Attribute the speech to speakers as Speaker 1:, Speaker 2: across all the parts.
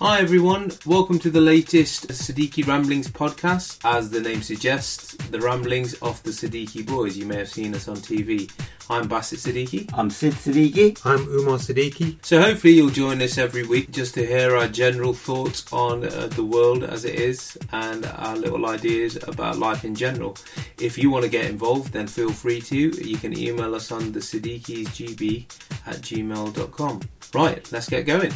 Speaker 1: Hi everyone, welcome to the latest Siddiqui Ramblings podcast. As the name suggests, the ramblings of the Siddiqui boys. You may have seen us on TV. I'm Bassett Siddiqui.
Speaker 2: I'm Sid Siddiqui.
Speaker 3: I'm Umar Siddiqui.
Speaker 1: So hopefully you'll join us every week just to hear our general thoughts on uh, the world as it is and our little ideas about life in general. If you want to get involved, then feel free to. You can email us on the gb at gmail.com. Right, let's get going.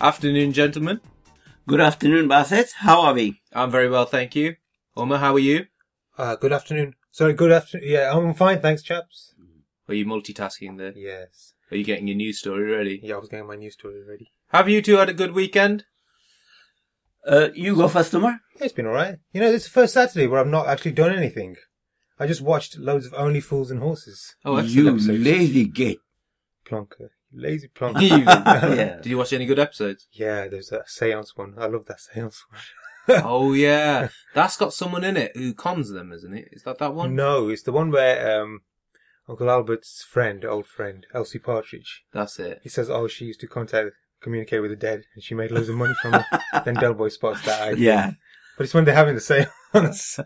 Speaker 1: Afternoon, gentlemen.
Speaker 2: Good afternoon, Bassett. How are we?
Speaker 1: I'm very well, thank you. Uma, how are you?
Speaker 3: Uh, good afternoon. Sorry, good afternoon. Yeah, I'm fine, thanks, chaps.
Speaker 1: Are you multitasking there?
Speaker 3: Yes.
Speaker 1: Are you getting your news story ready?
Speaker 3: Yeah, I was getting my news story ready.
Speaker 1: Have you two had a good weekend?
Speaker 2: Uh, you go first, Umar.
Speaker 3: It's been alright. You know, this is the first Saturday where I've not actually done anything. I just watched loads of Only Fools and Horses.
Speaker 1: Oh,
Speaker 2: you
Speaker 1: excellent episode.
Speaker 2: lazy git.
Speaker 3: Plonker. Lazy plonker.
Speaker 1: You-
Speaker 2: yeah.
Speaker 1: Did you watch any good episodes?
Speaker 3: yeah, there's that seance one. I love that seance
Speaker 1: oh yeah, that's got someone in it who cons them, isn't it? Is that that
Speaker 3: one.
Speaker 1: one?
Speaker 3: No, it's the one where, um, Uncle Albert's friend, old friend, Elsie Partridge,
Speaker 1: That's it.
Speaker 3: he says, oh, she used to contact, communicate with the dead and she made loads of money from it. then Del Boy spots that idea.
Speaker 2: Yeah.
Speaker 3: But it's when they're having the seance.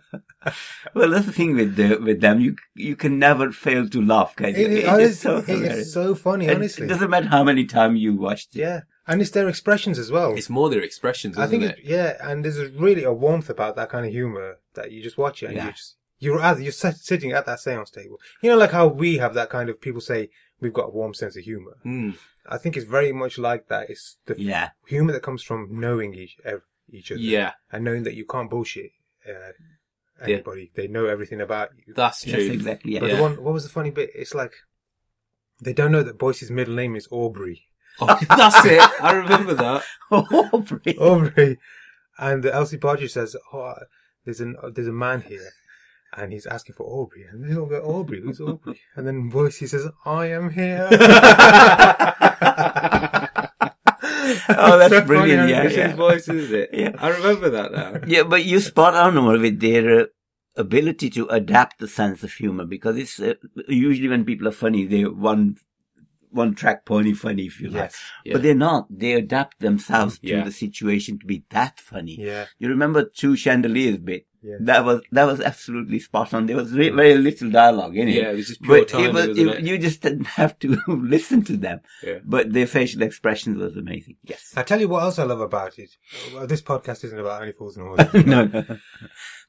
Speaker 2: Well, that's the thing with the, with them. You you can never fail to laugh, can you?
Speaker 3: It- it-
Speaker 2: it is
Speaker 3: honest-
Speaker 2: so
Speaker 3: it is
Speaker 2: hilarious.
Speaker 3: so funny,
Speaker 2: And
Speaker 3: honestly.
Speaker 2: It doesn't matter how many times you watched it.
Speaker 3: yeah, and it's their expressions as well.
Speaker 1: It's more their expressions, isn't
Speaker 3: I think
Speaker 1: it?
Speaker 3: it's, yeah, and there's a really a warmth about that kind of humor that you just watch it and
Speaker 2: Yeah.
Speaker 3: you just you're at, you're sit, sitting at that seance table. You know, like how we have that kind of people say we've got a warm sense of humor.
Speaker 1: Mm.
Speaker 3: I think it's very much like that. It's the
Speaker 2: Yeah.
Speaker 3: humor that comes from knowing each ev- each other
Speaker 1: Yeah,
Speaker 3: and knowing that you can't bullshit uh, anybody. They know everything about you.
Speaker 1: that's
Speaker 2: Yes,
Speaker 1: true.
Speaker 2: exactly. Yeah.
Speaker 3: But
Speaker 1: Yeah.
Speaker 3: the one, what was the funny bit? It's like they don't know that Boyce's middle name is Aubrey.
Speaker 1: Oh, that's it. I remember that.
Speaker 2: Oh, brilliant.
Speaker 3: Aubrey, and Elsie Partridge says, "Oh, there's an there's a man here, and he's asking for Aubrey." And they all go, "Aubrey, who's Aubrey?" And then Boise says, "I am here."
Speaker 2: Oh, that's
Speaker 3: So funny
Speaker 2: brilliant,
Speaker 3: how
Speaker 2: yeah,
Speaker 3: this
Speaker 1: It's
Speaker 2: yeah.
Speaker 1: his voice, isn't it?
Speaker 2: Yeah.
Speaker 1: I remember that now.
Speaker 2: Yeah, but you spot on Omar, with their uh, ability to adapt the sense of humor because it's uh, usually when people are funny, they're one one track pony funny, if you like.
Speaker 3: Yes.
Speaker 1: Yeah.
Speaker 2: But they're not. They adapt themselves
Speaker 1: Yeah.
Speaker 2: to the situation to be that funny.
Speaker 3: Yeah.
Speaker 2: You remember two chandeliers bit?
Speaker 3: Yeah.
Speaker 2: That was that was absolutely spot on. There was very, very little dialogue in it.
Speaker 1: Yeah, it was just pure
Speaker 2: but
Speaker 1: timing,
Speaker 2: it was,
Speaker 1: wasn't
Speaker 2: it-
Speaker 1: it?
Speaker 2: you just didn't have to listen to them.
Speaker 1: Yeah.
Speaker 2: But their facial expressions was amazing. Yes.
Speaker 3: I tell you what else I love about it. Well, this podcast isn't about only fools and horses.
Speaker 2: no, no.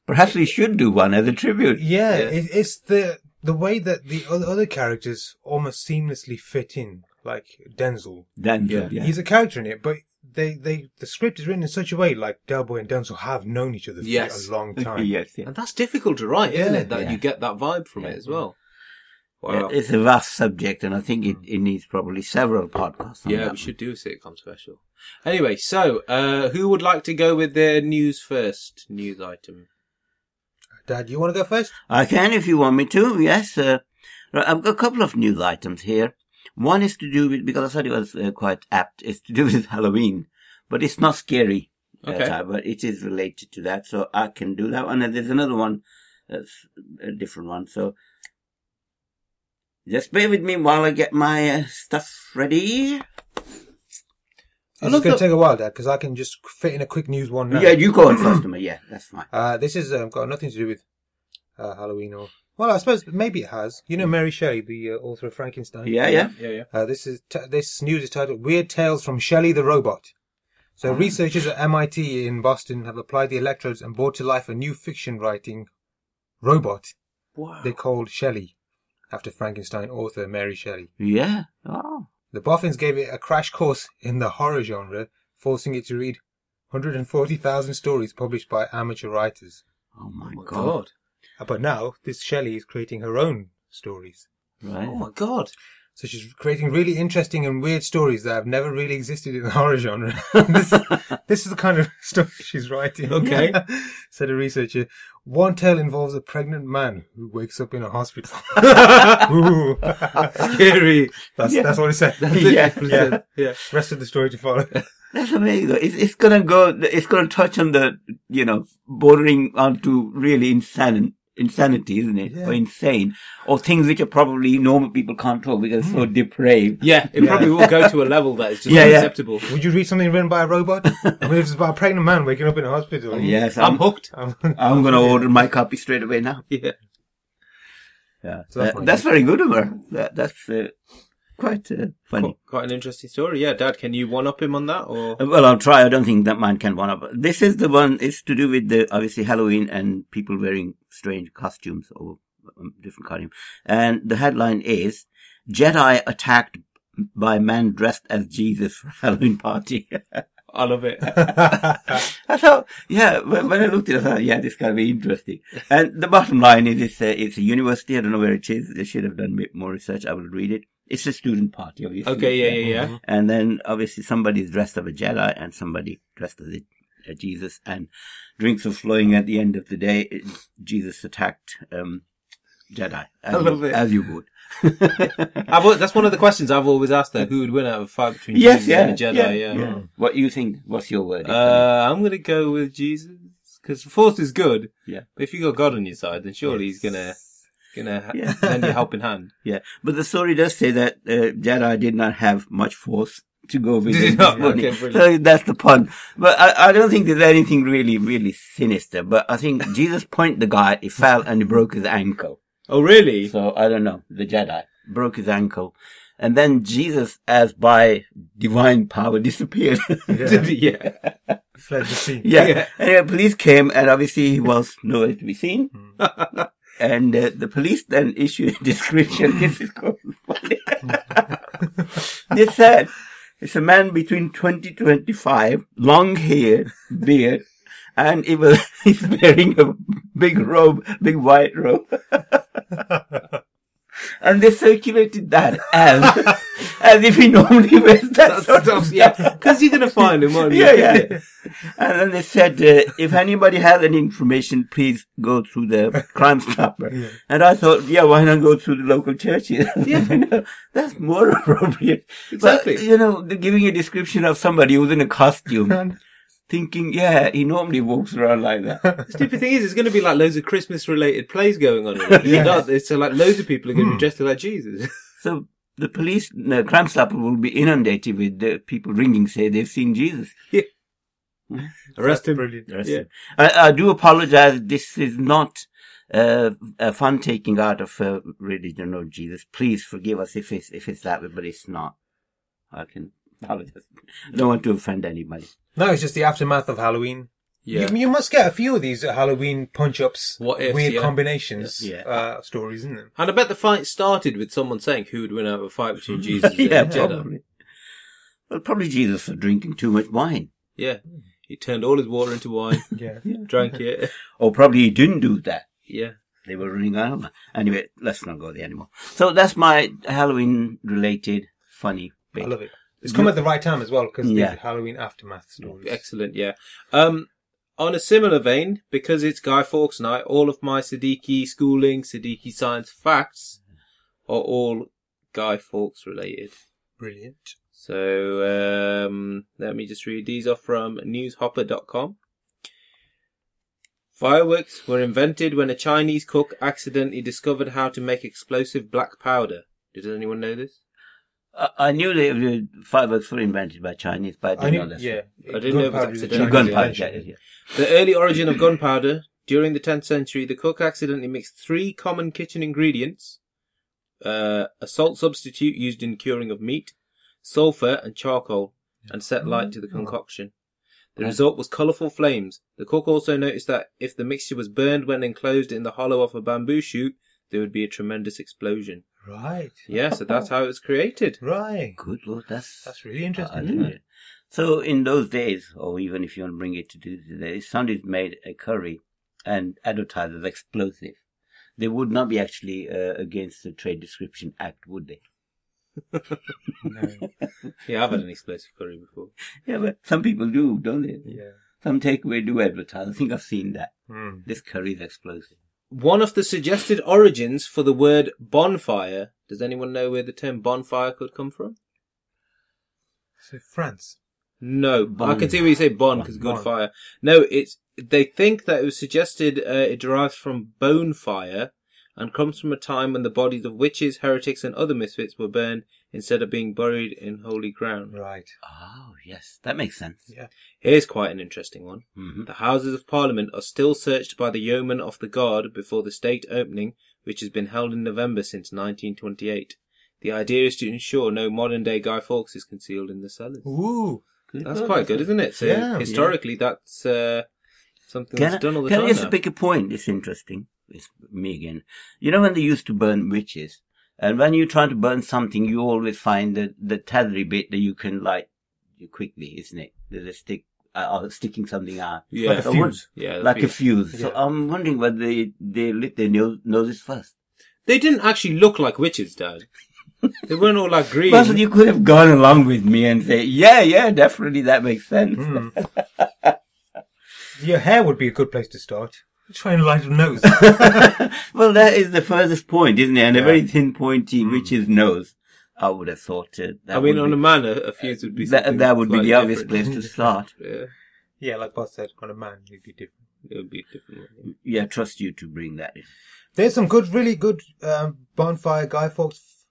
Speaker 2: Perhaps we should do one as a tribute.
Speaker 3: yeah,
Speaker 1: Yeah.
Speaker 3: It, it's the the way that the o- other characters almost seamlessly fit in, like Denzel.
Speaker 2: Then
Speaker 1: Yeah.
Speaker 2: yeah.
Speaker 3: He's a character in it, but they, they the script is written in such a way like Delboy and Denzel have known each other for
Speaker 1: Yes.
Speaker 3: a long time.
Speaker 2: yes, yeah.
Speaker 1: And that's difficult to write, isn't
Speaker 3: Yeah.
Speaker 1: it? That
Speaker 2: Yeah.
Speaker 1: you get that vibe from it as well. Wow.
Speaker 2: It's a vast subject, and I think it, it needs probably several podcasts. On
Speaker 1: Yeah,
Speaker 2: that
Speaker 1: we should do a sitcom special. Anyway, so uh, who would like to go with their news first news item?
Speaker 3: Dad, you want to go first?
Speaker 2: I can if you want me to, yes. Uh, right, I've got a couple of news items here. One is to do with, because I thought it was uh, quite apt, it's to do with Halloween, but it's not scary. uh,
Speaker 1: Okay.
Speaker 2: type, but it is related to that, so I can do that one. And there's another one that's a different one, so just bear with me while I get my uh, stuff ready.
Speaker 1: I
Speaker 3: This is
Speaker 1: love
Speaker 3: going
Speaker 1: that-
Speaker 3: to take a while, Dad, because I can just fit in a quick news one now.
Speaker 2: Yeah, you go on first, Uma. Yeah, that's fine.
Speaker 3: Uh, this has um, got nothing to do with uh, Halloween or. Well, I suppose maybe it has. You know Mary Shelley, the uh, author of Frankenstein.
Speaker 2: Yeah, yeah.
Speaker 1: yeah, yeah.
Speaker 3: Uh, this is t- this news is titled "Weird Tales from Shelley the Robot." So, researchers at MIT in Boston have applied the electrodes and brought to life a new fiction writing robot
Speaker 1: Wow.
Speaker 3: they called Shelley, after Frankenstein author Mary Shelley.
Speaker 2: Yeah. Oh.
Speaker 3: The boffins gave it a crash course in the horror genre, forcing it to read 140,000 stories published by amateur writers.
Speaker 2: Oh
Speaker 1: Oh
Speaker 2: my
Speaker 1: my
Speaker 2: god.
Speaker 1: god.
Speaker 3: Uh, But now, this Shelley is creating her own stories.
Speaker 1: Oh
Speaker 2: Right.
Speaker 1: my god.
Speaker 3: So she's creating really interesting and weird stories that have never really existed in the horror genre. this, this is the kind of stuff she's writing.
Speaker 1: Okay.
Speaker 3: Said a researcher. One tale involves a pregnant man who wakes up in a hospital. Ooh.
Speaker 1: Scary.
Speaker 3: That's,
Speaker 2: Yeah.
Speaker 3: that's what it said.
Speaker 2: Yeah.
Speaker 1: yeah. yeah.
Speaker 3: Rest of the story to follow.
Speaker 2: That's amazing. though. It's, it's gonna go. It's gonna touch on the you know bordering onto really insane insanity, isn't it?
Speaker 3: Yeah.
Speaker 2: Or insane, or things which are probably normal people can't talk because it's so depraved.
Speaker 1: Yeah, it probably will go to a level that is just
Speaker 2: Yeah, yeah.
Speaker 1: unacceptable.
Speaker 3: Would you read something written by a robot? I mean, if it's about a pregnant man waking up in a
Speaker 1: Oh,
Speaker 3: hospital.
Speaker 2: Yes,
Speaker 1: I'm
Speaker 2: Hmm. I'm.
Speaker 1: hooked.
Speaker 3: Um,
Speaker 2: I'm gonna order my copy straight away now.
Speaker 1: Yeah.
Speaker 2: Yeah,
Speaker 3: So that's
Speaker 2: That-
Speaker 3: my-
Speaker 2: that's very good of her. That, that's uh, quite uh, funny.
Speaker 1: Quite, quite an interesting story. Yeah, Dad, can you one up him on that? Or
Speaker 2: Uh, Well, I'll try. I don't think that mine can one up. This is the one. It's to do with the obviously Halloween and people wearing strange costumes or um, different costumes. And the headline is Jedi attacked by man dressed as Jesus for Halloween party.
Speaker 1: I love it.
Speaker 2: I thought, yeah, when, when I looked at it, I thought, yeah, this gotta be interesting. And the bottom line is, it's a, it's a university. I don't know where it is. They should have done bit more research. I will read it. It's a student party, obviously.
Speaker 1: Okay, yeah, yeah, yeah.
Speaker 2: And then obviously somebody's dressed up a Jedi and somebody dressed as a, a Jesus and drinks are flowing at the end of the day. It- Jesus attacked, um, Jedi. As,
Speaker 1: I love
Speaker 2: you,
Speaker 1: it.
Speaker 2: as you would.
Speaker 1: I've, al- that's one of the questions I've always asked though. Who would win out of a fight between
Speaker 2: Yes,
Speaker 1: Jesus
Speaker 2: yeah.
Speaker 1: and a Jedi?
Speaker 2: yeah,
Speaker 1: Yeah.
Speaker 2: yeah. What you think? What's your word?
Speaker 1: Uh, I'm gonna go with Jesus because Force is good.
Speaker 2: Yeah.
Speaker 1: But if you got God on your side, then surely He's gonna gonna ha-
Speaker 2: Yeah.
Speaker 1: lend you a helping hand.
Speaker 2: Yeah, but the story does say that uh, Jedi did not have much force to go with
Speaker 1: Did
Speaker 2: it.
Speaker 1: he not?
Speaker 2: this morning.
Speaker 1: Okay, brilliant.
Speaker 2: so that's the pun. But I, I don't think there's anything really, really sinister. But I think Jesus point the guy, he fell and he broke his ankle.
Speaker 1: Oh, really?
Speaker 2: So I don't know, the Jedi broke his ankle. And then Jesus, as by divine power, disappeared.
Speaker 1: Did he? yeah.
Speaker 3: Fled the scene.
Speaker 2: yeah.
Speaker 1: Yeah.
Speaker 2: Anyway, police came and obviously he was nowhere to be seen. and uh, the police then issued a description. this is cool. they said, it's a man between 20 to 25, long hair, beard, and he was, he's wearing a big robe, big white robe. and they circulated that as, as if he normally wears that sort of stuff.
Speaker 1: yeah, because you're gonna find him, aren't you?
Speaker 2: Yeah, yeah. And then they said, uh, if anybody has any information, please go through the Crime Stopper. And I thought, yeah, why not go through the local churches? you know, that's more appropriate. But,
Speaker 1: Exactly.
Speaker 2: you know, they're giving a description of somebody who's in a costume,
Speaker 3: And-
Speaker 2: thinking, yeah, he normally walks around like that.
Speaker 1: The stupid thing is, there's going to be like loads of Christmas-related plays going on. In it.
Speaker 2: Yeah.
Speaker 1: Not- it's uh, like loads of people are going to be dressed like Jesus.
Speaker 2: so the police, the Crime Stopper will be inundated with the people ringing, say they've seen Jesus.
Speaker 1: Arrest him.
Speaker 3: Brilliant.
Speaker 1: Yeah.
Speaker 2: I, I do apologize. This is not uh, a fun taking out of uh, religion or Jesus. Please forgive us if it's if it's that way, but it's not. I can apologize. I don't want to offend anybody.
Speaker 3: No, it's just the aftermath of Halloween.
Speaker 1: Yeah.
Speaker 3: You, you must get a few of these Halloween punch ups,
Speaker 1: What ifs,
Speaker 3: weird
Speaker 1: yeah.
Speaker 3: combinations,
Speaker 2: Yeah.
Speaker 3: Uh, stories, isn't it?
Speaker 1: And I bet the fight started with someone saying who would win out of a fight between Jesus and
Speaker 2: yeah,
Speaker 1: a Jedi.
Speaker 2: probably. Well, probably Jesus for drinking too much wine,
Speaker 1: Yeah. He turned all his water into wine,
Speaker 3: Yeah.
Speaker 1: drank it.
Speaker 2: or probably he didn't do that.
Speaker 1: Yeah.
Speaker 2: They were running out. of- Anyway, let's not go there anymore. So that's my Halloween-related funny bit.
Speaker 3: I love it. It's come at the right time as well because
Speaker 2: Yeah.
Speaker 3: the Halloween aftermath stories.
Speaker 1: Excellent, yeah. Um, on a similar vein, because it's Guy Fawkes night, all of my Siddiqui schooling, Siddiqui science facts are all Guy Fawkes related.
Speaker 3: Brilliant.
Speaker 1: So um, let me just read these off from newshopper.com. Fireworks were invented when a Chinese cook accidentally discovered how to make explosive black powder. Did anyone know this?
Speaker 2: I, I knew the, the fireworks were invented by Chinese, but I didn't
Speaker 3: I knew,
Speaker 2: know that.
Speaker 3: yeah.
Speaker 1: I didn't know it was
Speaker 3: Gunpowder is a
Speaker 1: accidental.
Speaker 3: Chinese
Speaker 2: Gunpowder.
Speaker 3: invention.
Speaker 2: yeah, yeah, yeah.
Speaker 1: The early origin of gunpowder. During the 10th century, the cook accidentally mixed three common kitchen ingredients uh, a salt substitute used in curing of meat, sulfur, and charcoal, and set light to the concoction. The result was colourful flames. The cook also noticed that if the mixture was burned when enclosed in the hollow of a bamboo shoot, there would be a tremendous explosion.
Speaker 3: Right.
Speaker 1: Yeah, so that's how it was created.
Speaker 3: Right.
Speaker 2: Good lord, that's
Speaker 3: That's really interesting.
Speaker 2: I- I didn't know. So in those days, or even if you want to bring it to today, somebody made a curry and advertised as explosive. They would not be actually uh, against the Trade Description Act, would they?
Speaker 1: Yeah, I haven't had an explosive curry before.
Speaker 2: Yeah, but some people do, don't they?
Speaker 3: Yeah.
Speaker 2: Some takeaway do advertise. I think I've seen that.
Speaker 3: Mm.
Speaker 2: This curry is explosive.
Speaker 1: One of the suggested origins for the word bonfire. Does anyone know where the term bonfire could come from?
Speaker 3: So France.
Speaker 1: No, I can see where you say bon because good
Speaker 3: Bon.
Speaker 1: fire. No, it's they think that it was suggested uh, it derives from bone fire and comes from a time when the bodies of witches, heretics, and other misfits were burned instead of being buried in holy ground.
Speaker 3: Right.
Speaker 2: Oh, yes. That makes sense.
Speaker 3: Yeah.
Speaker 1: Here's quite an interesting one.
Speaker 2: hmm
Speaker 1: The Houses of Parliament are still searched by the yeomen of the guard before the state opening, which has been held in November since 1928. The idea is to ensure no modern day Guy Fawkes is concealed in the cellars.
Speaker 3: Ooh.
Speaker 1: That's quite good, isn't it? So
Speaker 3: Yeah.
Speaker 1: historically, that's uh, something
Speaker 2: Can, I,
Speaker 1: that's done all the
Speaker 2: can I
Speaker 1: time.
Speaker 2: just
Speaker 1: now.
Speaker 2: pick a point? It's interesting. It's me again. You know when they used to burn witches? And when you're trying to burn something, you always find the, the tethery bit that you can light quickly, isn't it? There's a stick, uh, or sticking something out.
Speaker 1: Yeah.
Speaker 3: Like a
Speaker 2: So what-
Speaker 3: fuse.
Speaker 1: yeah, the
Speaker 2: like a
Speaker 1: fuse.
Speaker 2: fuse. So
Speaker 3: Yeah.
Speaker 2: I'm wondering whether they, they lit their nose, noses first.
Speaker 1: They didn't actually look like witches, Dad. they weren't all like green.
Speaker 2: Well, you could have gone along with me and say, yeah, yeah, definitely that makes sense.
Speaker 1: Hmm.
Speaker 3: Mm. Your hair would be a good place to start. Try and light a nose.
Speaker 2: well, that is the furthest point, isn't it? And a
Speaker 3: Yeah.
Speaker 2: very thin, pointy witch's nose. I would have thought uh, that.
Speaker 1: I mean,
Speaker 2: would
Speaker 1: on
Speaker 2: be,
Speaker 1: a man, a, a fuse would be
Speaker 2: that,
Speaker 1: something
Speaker 2: that would be
Speaker 1: slightly
Speaker 2: the obvious
Speaker 1: different.
Speaker 2: place to start.
Speaker 1: Yeah,
Speaker 3: yeah, like Boss said, on a man, you'd be different.
Speaker 1: it would be a different. One.
Speaker 2: Yeah, I trust you to bring that in.
Speaker 3: There's some good, really good um, bonfire Guy Fawkes f-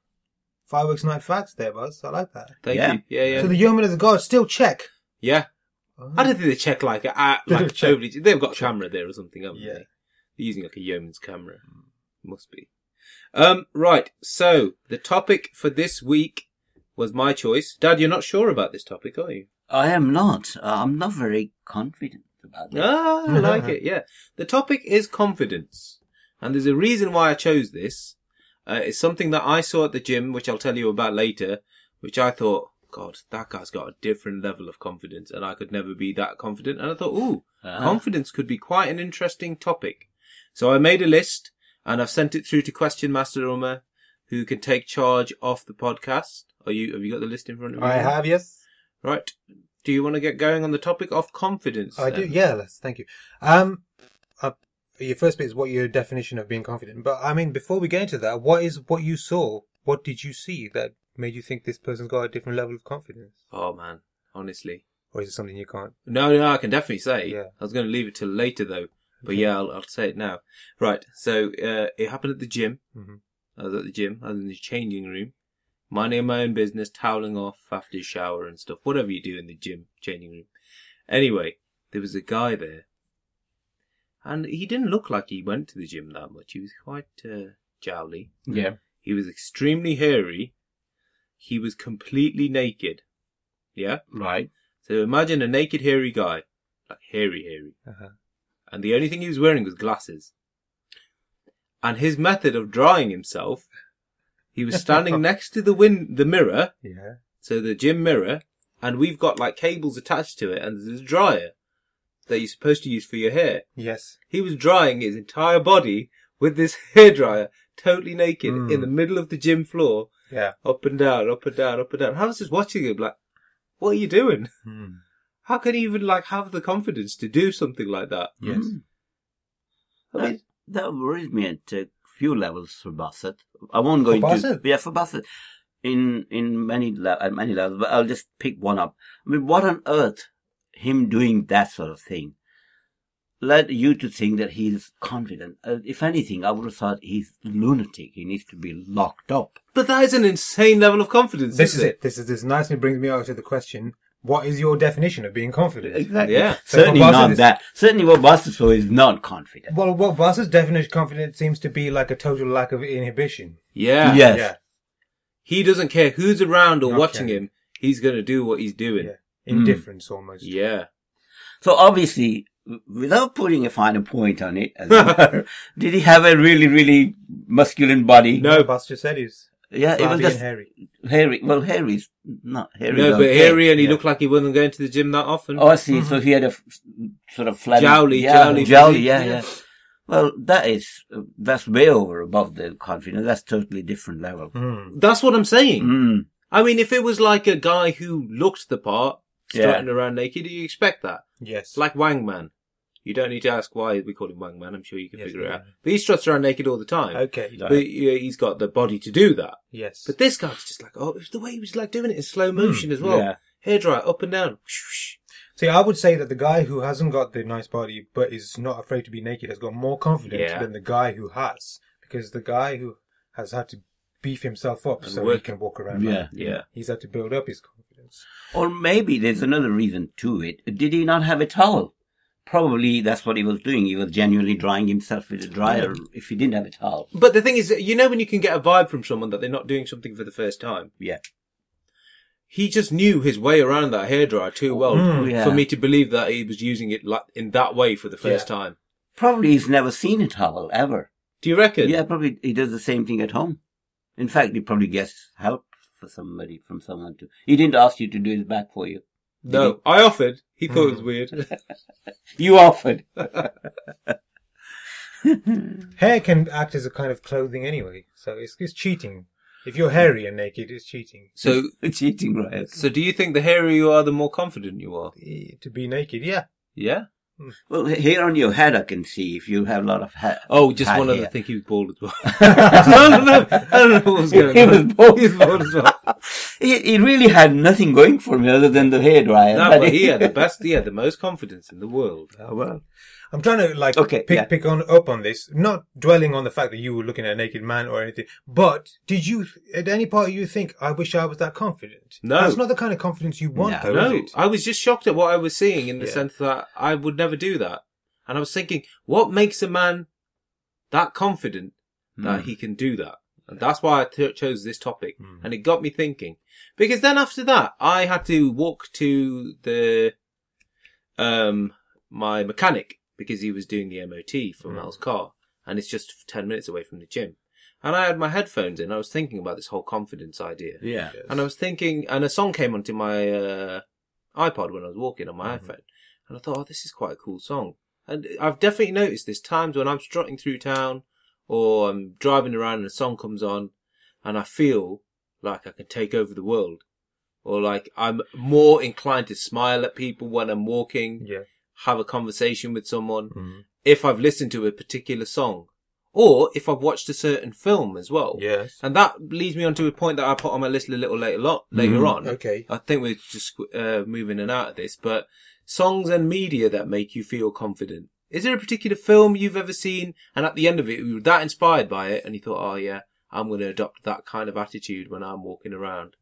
Speaker 3: fireworks night facts there, Buzz. I like that.
Speaker 1: Thank
Speaker 2: Yeah.
Speaker 1: you. Yeah, yeah,
Speaker 3: So the Yeoman as a guard still check.
Speaker 1: yeah. I don't think they check like uh,
Speaker 3: They
Speaker 1: like
Speaker 3: don't check.
Speaker 1: overly. They've got a camera there or something, haven't they?
Speaker 3: Yeah.
Speaker 1: They're using like a yeoman's camera. Must be. Um, right. So the topic for this week was my choice. Dad, you're not sure about this topic, are you?
Speaker 2: I am not. Uh, I'm not very confident about that.
Speaker 1: Ah, I like it. Yeah. The topic is confidence. And there's a reason why I chose this. Uh, it's something that I saw at the gym, which I'll tell you about later, which I thought, God, that guy's got a different level of confidence and I could never be that confident. And I thought, ooh,
Speaker 2: Ah.
Speaker 1: confidence could be quite an interesting topic. So I made a list and I've sent it through to Question Master Uma, who can take charge of the podcast. Are you, have you got the list in front of you?
Speaker 3: I have, yes.
Speaker 1: Right. Do you want to get going on the topic of confidence?
Speaker 3: I do,
Speaker 1: then?
Speaker 3: yeah, let's, thank you. Um, uh, your first bit is what your definition of being confident. But I mean, before we get into that, what is what you saw? What did you see that made you think this person's got a different level of confidence?
Speaker 1: Oh man, honestly.
Speaker 3: Or is it something you can't?
Speaker 1: No, no, I can definitely say.
Speaker 3: Yeah.
Speaker 1: I was going to leave it till later though, but yeah, I'll, I'll say it now. Right. So uh, it happened at the gym.
Speaker 3: Mhm.
Speaker 1: I was at the gym. I was in the changing room, minding my own business, toweling off after a shower and stuff. Whatever you do in the gym changing room. Anyway, there was a guy there, and he didn't look like he went to the gym that much. He was quite uh, jowly.
Speaker 2: Yeah.
Speaker 1: He was extremely hairy. He was completely naked. Yeah.
Speaker 2: Right.
Speaker 1: So imagine a naked, hairy guy, like hairy, hairy,
Speaker 3: Uh-huh.
Speaker 1: and the only thing he was wearing was glasses. And his method of drying himself, he was standing next to the win- the mirror,
Speaker 3: Yeah.
Speaker 1: so the gym mirror, and we've got like cables attached to it, and there's a dryer that you're supposed to use for your hair.
Speaker 3: Yes.
Speaker 1: He was drying his entire body with this hairdryer, totally naked,
Speaker 3: Mm.
Speaker 1: in the middle of the gym floor,
Speaker 3: Yeah.
Speaker 1: up and down, up and down, up and down. I was just watching him like, what are you doing? How can you even like have the confidence to do something like that?
Speaker 3: Yes.
Speaker 2: Hmm.
Speaker 1: I mean,
Speaker 2: That worries me at a few levels for Bassett. I won't go
Speaker 3: For
Speaker 2: into
Speaker 3: Bassett?
Speaker 2: yeah for Bassett in in many le- at many levels, but I'll just pick one up. I mean, what on earth him doing that sort of thing led you to think that he's confident? Uh, if anything, I would have thought he's lunatic. He needs to be locked up.
Speaker 1: But that is an insane level of confidence.
Speaker 3: This is
Speaker 1: isn't
Speaker 3: it. This is this nicely brings me out to the question: What is your definition of being confident?
Speaker 2: Exactly.
Speaker 1: Yeah.
Speaker 3: So
Speaker 2: Certainly
Speaker 3: for Bassett
Speaker 2: not
Speaker 3: is-
Speaker 2: that. Certainly what Bassett saw is not confident.
Speaker 3: Well, what Boss's definition of confidence seems to be like a total lack of inhibition.
Speaker 1: Yeah.
Speaker 2: Yes.
Speaker 1: He doesn't care who's around or
Speaker 3: Okay.
Speaker 1: watching him. He's going to do what he's
Speaker 3: Yeah.
Speaker 1: doing.
Speaker 3: yeah. Indifference almost.
Speaker 1: Hmm. Yeah.
Speaker 2: So obviously, w- without putting a finer point on it, as it were, did he have a really, really masculine body?
Speaker 1: No.
Speaker 3: Boss just said he's
Speaker 2: Yeah, it was
Speaker 3: flabby and
Speaker 2: just
Speaker 3: hairy.
Speaker 2: hairy. Well, hairy's not hairy.
Speaker 1: no, but
Speaker 2: okay.
Speaker 1: hairy and he
Speaker 3: Yeah.
Speaker 1: looked like he wasn't going to the gym that often.
Speaker 2: Oh, I see. So he had a f- sort of flabby,
Speaker 1: Jowly,
Speaker 2: yeah,
Speaker 1: jowly
Speaker 2: jowly,
Speaker 1: physique,
Speaker 2: yeah,
Speaker 1: yeah.
Speaker 2: yeah. Well, that is, uh, that's way over above the confidence. That's totally different level.
Speaker 3: Hmm.
Speaker 1: That's what I'm saying.
Speaker 2: Mm.
Speaker 1: I mean, if it was like a guy who looked the part,
Speaker 2: Yeah.
Speaker 1: strutting around naked, you expect that.
Speaker 3: Yes.
Speaker 1: It's like Wang Man. You don't need to ask why we call him Wang Man. I'm sure you can
Speaker 3: Yes,
Speaker 1: figure it
Speaker 3: yeah.
Speaker 1: out. But he struts around naked all the time.
Speaker 3: okay.
Speaker 1: But yeah, he's got the body to do that.
Speaker 3: Yes.
Speaker 1: But this guy's just like, oh, it was the way he was like doing it in slow motion as well.
Speaker 2: yeah.
Speaker 1: Hairdryer up and down.
Speaker 3: See, I would say that the guy who hasn't got the nice body but is not afraid to be naked has got more confidence
Speaker 1: Yeah.
Speaker 3: than the guy who has, because the guy who has had to beef himself up
Speaker 1: And
Speaker 3: so he
Speaker 1: work.
Speaker 3: can walk around.
Speaker 2: Mm. Yeah.
Speaker 1: Yeah.
Speaker 3: He's had to build up his confidence.
Speaker 2: Or maybe there's another reason to it. Did he not have a towel? Probably that's what he was doing. He was genuinely drying himself with a dryer
Speaker 1: Mm.
Speaker 2: if he didn't have a towel.
Speaker 1: But the thing is, you know when you can get a vibe from someone that they're not doing something for the first time?
Speaker 2: Yeah.
Speaker 1: He just knew his way around that hairdryer too well
Speaker 3: Mm.
Speaker 2: Hmm, Yeah.
Speaker 1: for me to believe that he was using it like in that way for the first time.
Speaker 2: Probably he's never seen a towel ever.
Speaker 1: Do you reckon?
Speaker 2: Yeah, probably he does the same thing at home. In fact, he probably gets help for somebody from someone to. He didn't ask you to do his back for you.
Speaker 1: No, I offered. He thought it was weird.
Speaker 2: You offered.
Speaker 3: Hair can act as a kind of clothing anyway, so it's, it's cheating. If you're hairy and naked, it's cheating.
Speaker 1: So,
Speaker 2: cheating, right?
Speaker 1: so do you think the hairier you are, the more confident you are?
Speaker 3: Eh, To be naked, yeah.
Speaker 1: Yeah.
Speaker 2: Well, here on your head, I can see if you have a lot of hair.
Speaker 1: Oh, just
Speaker 2: Had
Speaker 1: one other
Speaker 2: hair.
Speaker 1: thing. He was bald as well. I don't know. I don't know what was going
Speaker 2: He
Speaker 1: on.
Speaker 2: was bald.
Speaker 1: He was bald as well.
Speaker 2: He, he really had nothing going for me other than the hairdryer.
Speaker 1: No, but he had the best. He had the most confidence in the world.
Speaker 2: Oh, well.
Speaker 3: I'm trying to like
Speaker 2: Okay,
Speaker 3: pick
Speaker 2: yeah.
Speaker 3: pick on up on this, not dwelling on the fact that you were looking at a naked man or anything. But did you at any part you think I wish I was that confident?
Speaker 1: No.
Speaker 3: that's not the kind of confidence you want.
Speaker 2: No.
Speaker 3: though, is
Speaker 1: No,
Speaker 3: it?
Speaker 1: I was just shocked at what I was seeing in the
Speaker 3: Yeah.
Speaker 1: sense that I would never do that, and I was thinking, what makes a man that confident
Speaker 3: Hmm.
Speaker 1: that he can do that? And that's why I t- chose this topic, and it got me thinking. Because then after that, I had to walk to the um my mechanic because he was doing the MOT
Speaker 3: Hmm.
Speaker 1: for Mal's car, and it's just ten minutes away from the gym. And I had my headphones in. I was thinking about this whole confidence idea.
Speaker 2: Yeah.
Speaker 1: And I was thinking, and a song came onto my uh, iPod when I was walking on my iPhone, and I thought, oh, this is quite a cool song. And I've definitely noticed this times when I'm strutting through town or I'm driving around and a song comes on, and I feel like I can take over the world, or like I'm more inclined to smile at people when I'm walking,
Speaker 3: Yeah.
Speaker 1: have a conversation with someone,
Speaker 3: Mhm.
Speaker 1: if I've listened to a particular song, or if I've watched a certain film as well.
Speaker 3: Yes.
Speaker 1: And that leads me on to a point that I put on my list a little later, lo- later on.
Speaker 3: Mm-hmm. Okay.
Speaker 1: I think we're just uh, moving in and out of this, but songs and media that make you feel confident. Is there a particular film you've ever seen, and at the end of it, you were that inspired by it, and you thought, "Oh yeah, I'm going to adopt that kind of attitude when I'm walking around"?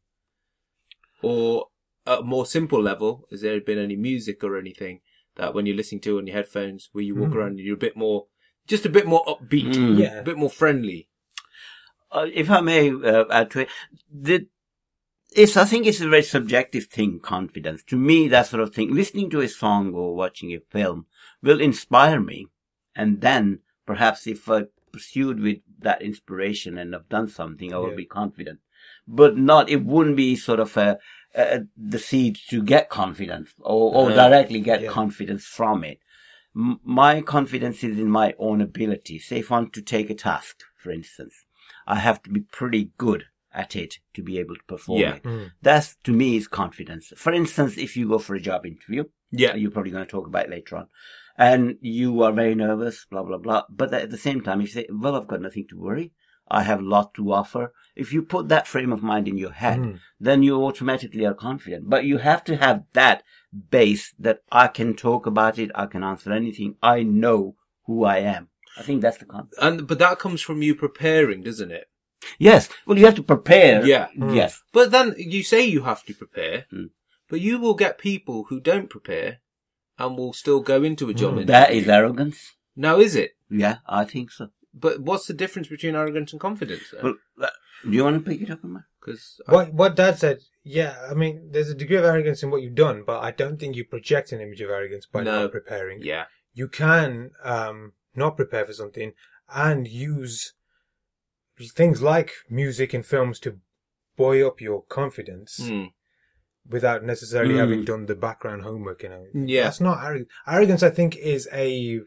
Speaker 1: Or at a more simple level, has there been any music or anything that when you're listening to on your headphones, where you walk around and you're a bit more, just a bit more upbeat,
Speaker 2: Mm.
Speaker 3: Mm-hmm. Yeah.
Speaker 1: a bit more friendly?
Speaker 2: Uh, if I may uh, add to it, the, it's, I think it's a very subjective thing, confidence. To me, that sort of thing, listening to a song or watching a film will inspire me. And then perhaps if I pursued with that inspiration and I've done something, I will
Speaker 3: Yeah.
Speaker 2: be confident. But not, it wouldn't be sort of a, a, the seed to get confidence or, or
Speaker 1: Uh,
Speaker 2: directly get
Speaker 3: yeah.
Speaker 2: confidence from it. M- my confidence is in my own ability. Say if I want to take a task, for instance, I have to be pretty good at it to be able to perform
Speaker 1: Yeah.
Speaker 2: it. That's to me is confidence. For instance, if you go for a job interview,
Speaker 1: Yeah,
Speaker 2: you're probably going to talk about it later on, and you are very nervous, blah blah blah. But at the same time, you say, "Well, I've got nothing to worry. I have a lot to offer." If you put that frame of mind in your head, then you automatically are confident. But you have to have that base that I can talk about it, I can answer anything, I know who I am. I think that's the con.
Speaker 1: and but that comes from you preparing, doesn't it?
Speaker 2: Yes. Well, you have to prepare.
Speaker 1: Yeah.
Speaker 2: Yes.
Speaker 1: But then you say you have to prepare,
Speaker 2: Hmm.
Speaker 1: but you will get people who don't prepare and will still go into a job. interview.
Speaker 2: Hmm, That is arrogance.
Speaker 1: now, is it?
Speaker 2: Yeah, I think so.
Speaker 1: But what's the difference between arrogance and confidence?
Speaker 2: Well, uh, do you want to pick it up, Omar?
Speaker 1: Because
Speaker 3: What what Dad said. Yeah, I mean, there's a degree of arrogance in what you've done, but I don't think you project an image of arrogance by
Speaker 1: No.
Speaker 3: not preparing.
Speaker 1: yeah,
Speaker 3: you can um, not prepare for something and use things like music and films to buoy up your confidence
Speaker 1: Hmm.
Speaker 3: without necessarily
Speaker 2: Mm.
Speaker 3: having done the background homework and everything.
Speaker 1: Yeah.
Speaker 3: That's not arrogance. Arrogance, I think, is a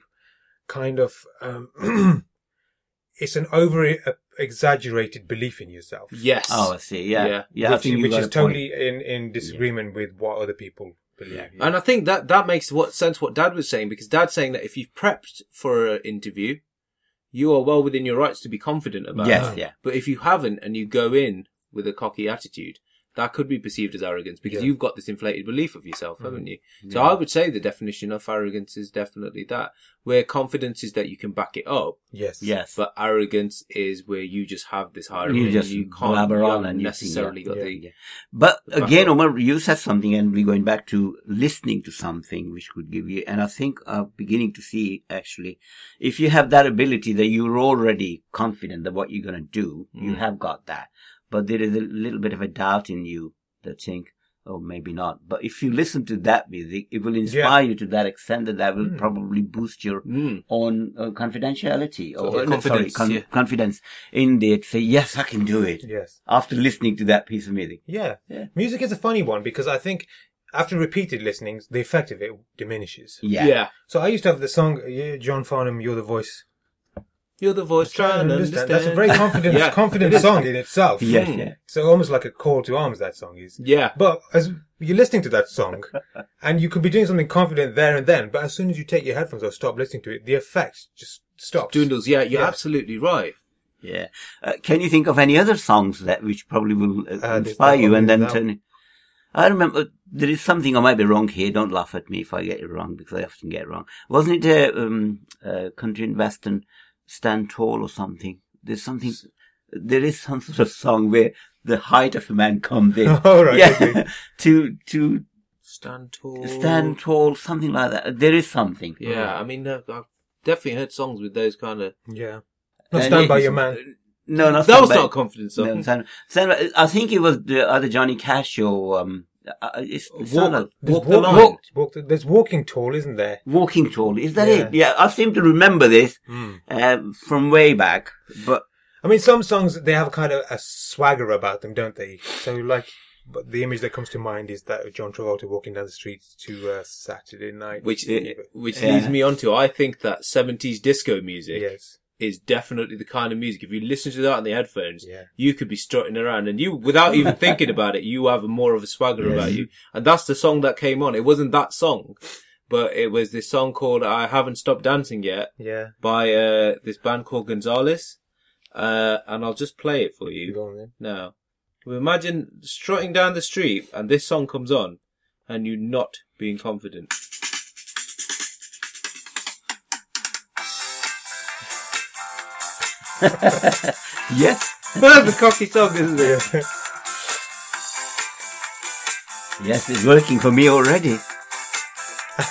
Speaker 3: kind of um, it's an over uh, exaggerated belief in yourself.
Speaker 1: Yes.
Speaker 2: Oh, I see. Yeah. Yeah.
Speaker 1: Yeah.
Speaker 2: I
Speaker 3: which,
Speaker 2: think you
Speaker 3: which
Speaker 2: got
Speaker 3: is
Speaker 2: a point.
Speaker 3: totally in, in disagreement with what other people believe.
Speaker 2: Yeah.
Speaker 1: And I think that that makes what sense what Dad was saying because Dad's saying that if you've prepped for an interview, you are well within your rights to be confident about
Speaker 2: Yes,
Speaker 1: that.
Speaker 2: yeah.
Speaker 1: But if you haven't and you go in with a cocky attitude, that could be perceived as arrogance because
Speaker 3: Yeah.
Speaker 1: you've got this inflated belief of yourself,
Speaker 2: Mm.
Speaker 1: haven't you? So I would say the definition of arrogance is definitely that where confidence is that you can back it up,
Speaker 3: yes.
Speaker 2: Yes.
Speaker 1: but arrogance is where you just have this higher
Speaker 2: You
Speaker 1: opinion,
Speaker 2: just
Speaker 1: you
Speaker 2: blabber
Speaker 1: you
Speaker 2: on
Speaker 1: haven't
Speaker 2: and you think,
Speaker 1: necessarily
Speaker 2: yeah,
Speaker 1: got
Speaker 3: yeah,
Speaker 1: the
Speaker 2: yeah. But
Speaker 1: Back
Speaker 2: again,
Speaker 1: up.
Speaker 2: Omar, you said something, and we're going back to listening to something which could give you, and I think I'm beginning to see actually, if you have that ability that you're already confident that what you're going to do, you
Speaker 1: Mm.
Speaker 2: have got that. But there is a little bit of a doubt in you that think, oh, maybe not. But if you listen to that music, it will inspire you to that extent that that will
Speaker 3: Mm.
Speaker 2: probably boost your
Speaker 1: Mm.
Speaker 2: on uh, confidentiality or
Speaker 1: Sorry,
Speaker 2: no, sorry,
Speaker 1: confidence,
Speaker 2: con-
Speaker 1: yeah.
Speaker 2: confidence in it. Say, yes, I can do it.
Speaker 3: Yes.
Speaker 2: After listening to that piece of music.
Speaker 3: Yeah.
Speaker 2: Yeah.
Speaker 3: Music is a funny one because I think after repeated listenings, the effect of it diminishes.
Speaker 2: Yeah.
Speaker 1: yeah.
Speaker 3: So I used to have the song, yeah, John Farnham, You're the Voice.
Speaker 1: You're the voice trying to understand.
Speaker 3: That's a very confident,
Speaker 1: Yeah.
Speaker 3: confident song in itself.
Speaker 2: Yes,
Speaker 1: Hmm.
Speaker 2: yeah.
Speaker 3: So almost like a call to arms, that song is.
Speaker 1: Yeah.
Speaker 3: But as you're listening to that song, and you could be doing something confident there and then, but as soon as you take your headphones or stop listening to it, the effect just stops.
Speaker 1: Doodles, yeah, you're
Speaker 3: Yeah.
Speaker 1: absolutely right.
Speaker 2: Yeah. Uh, can you think of any other songs that which probably will uh,
Speaker 3: Uh, there's
Speaker 2: inspire
Speaker 3: that
Speaker 2: you
Speaker 3: one,
Speaker 2: and then
Speaker 3: there's that
Speaker 2: turn? I remember uh, there is something I might be wrong here. Don't laugh at me if I get it wrong because I often get it wrong. Wasn't it uh, um, uh, country and western stand tall or something? There's something. There is some sort of song where the height of a man comes in.
Speaker 3: All right,
Speaker 2: Yeah.
Speaker 3: okay. Oh.
Speaker 2: to to
Speaker 1: Stand tall.
Speaker 2: stand tall, something like that. There is something.
Speaker 1: Yeah, I mean, I've I've definitely heard songs with those kind of.
Speaker 3: Yeah. Not
Speaker 2: And
Speaker 3: stand by
Speaker 2: it's-
Speaker 3: your man.
Speaker 2: No, not
Speaker 1: That was
Speaker 2: Stand By-
Speaker 1: not a confidence
Speaker 2: No,
Speaker 1: song.
Speaker 2: Sandra- Sandra- I think it was the other Johnny Cash or um, uh, it's
Speaker 1: Walk-
Speaker 2: Sandra-
Speaker 3: There's
Speaker 1: Walk the
Speaker 3: walk-
Speaker 1: line.
Speaker 3: walk- walk the- there's walking tall, isn't there?
Speaker 2: Walking Tall. Is that
Speaker 3: Yeah.
Speaker 2: it? Yeah, I seem to remember this
Speaker 1: Hmm.
Speaker 3: Mm.
Speaker 2: um, from way back. But
Speaker 3: I mean, some songs they have kind of a swagger about them, don't they? So, like, but the image that comes to mind is that of John Travolta walking down the street to uh, Saturday Night,
Speaker 1: Which
Speaker 2: Yeah.
Speaker 1: which
Speaker 2: Yeah.
Speaker 1: leads me on to I think that 70s disco music
Speaker 3: yes,
Speaker 1: is definitely the kind of music. If you listen to that on the headphones,
Speaker 3: Yeah.
Speaker 1: you could be strutting around and you, without even thinking about it, you have more of a swagger
Speaker 2: Yes.
Speaker 1: about you. And that's the song that came on. It wasn't that song, but it was this song called I Haven't Stopped Dancing Yet.
Speaker 3: yeah.
Speaker 1: by uh, this band called Gonzales, uh, and I'll just play it for
Speaker 3: You
Speaker 1: you
Speaker 3: go on then.
Speaker 1: now. Well, Imagine strutting down the street and this song comes on, and you not being confident.
Speaker 2: yes,
Speaker 1: That's a cocky song, isn't it?
Speaker 3: Yeah.
Speaker 2: yes, it's working for me already.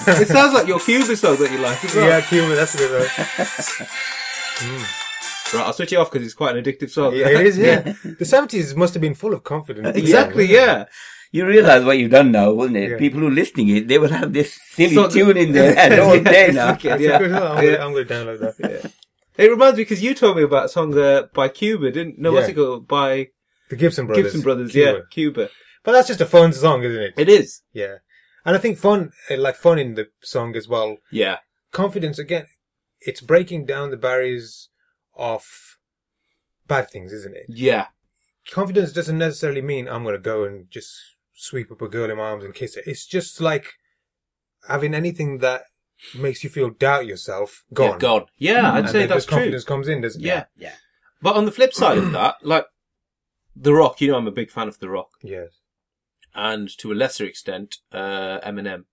Speaker 1: It sounds like your Cuba song that you like as well.
Speaker 3: yeah, Cuba, that's a good one.
Speaker 1: Right, I'll switch it off because it's quite an addictive song.
Speaker 3: Yeah, it is. Yeah, the seventies must have been full of confidence.
Speaker 1: exactly. Yeah.
Speaker 2: You realize what you've done now, wouldn't it?
Speaker 3: Yeah.
Speaker 2: People who are listening it, they will have this silly
Speaker 1: So-
Speaker 2: tune in their head all day now.
Speaker 1: okay.
Speaker 3: That's a
Speaker 1: Yeah.
Speaker 3: good one. I'm,
Speaker 1: Yeah.
Speaker 3: gonna, I'm gonna download that.
Speaker 1: It reminds me because you told me about a song uh, by Cuba, didn't? No, what's
Speaker 3: Yeah.
Speaker 1: it called? By
Speaker 3: The Gibson Brothers.
Speaker 1: Gibson Brothers.
Speaker 3: Cuba.
Speaker 1: Yeah, Cuba.
Speaker 3: but that's just a fun song, isn't it?
Speaker 1: It is.
Speaker 3: Yeah, and I think fun, eh, like fun in the song as well.
Speaker 1: Yeah.
Speaker 3: confidence again it's breaking down the barriers of bad things isn't it
Speaker 1: Yeah.
Speaker 3: confidence doesn't necessarily mean i'm going to go and just sweep up a girl in my arms and kiss her it's just like having anything that makes you feel doubt yourself gone Mm.
Speaker 1: Yeah, gone. Yeah, I'd
Speaker 3: And
Speaker 1: say
Speaker 3: then
Speaker 1: that's
Speaker 3: just
Speaker 1: true.
Speaker 3: confidence comes in doesn't
Speaker 1: Yeah.
Speaker 3: it
Speaker 2: Yeah.
Speaker 1: But on the flip side of that, like The Rock, you know, I'm a big fan of The Rock,
Speaker 3: yes
Speaker 1: and to a lesser extent, uh, Eminem.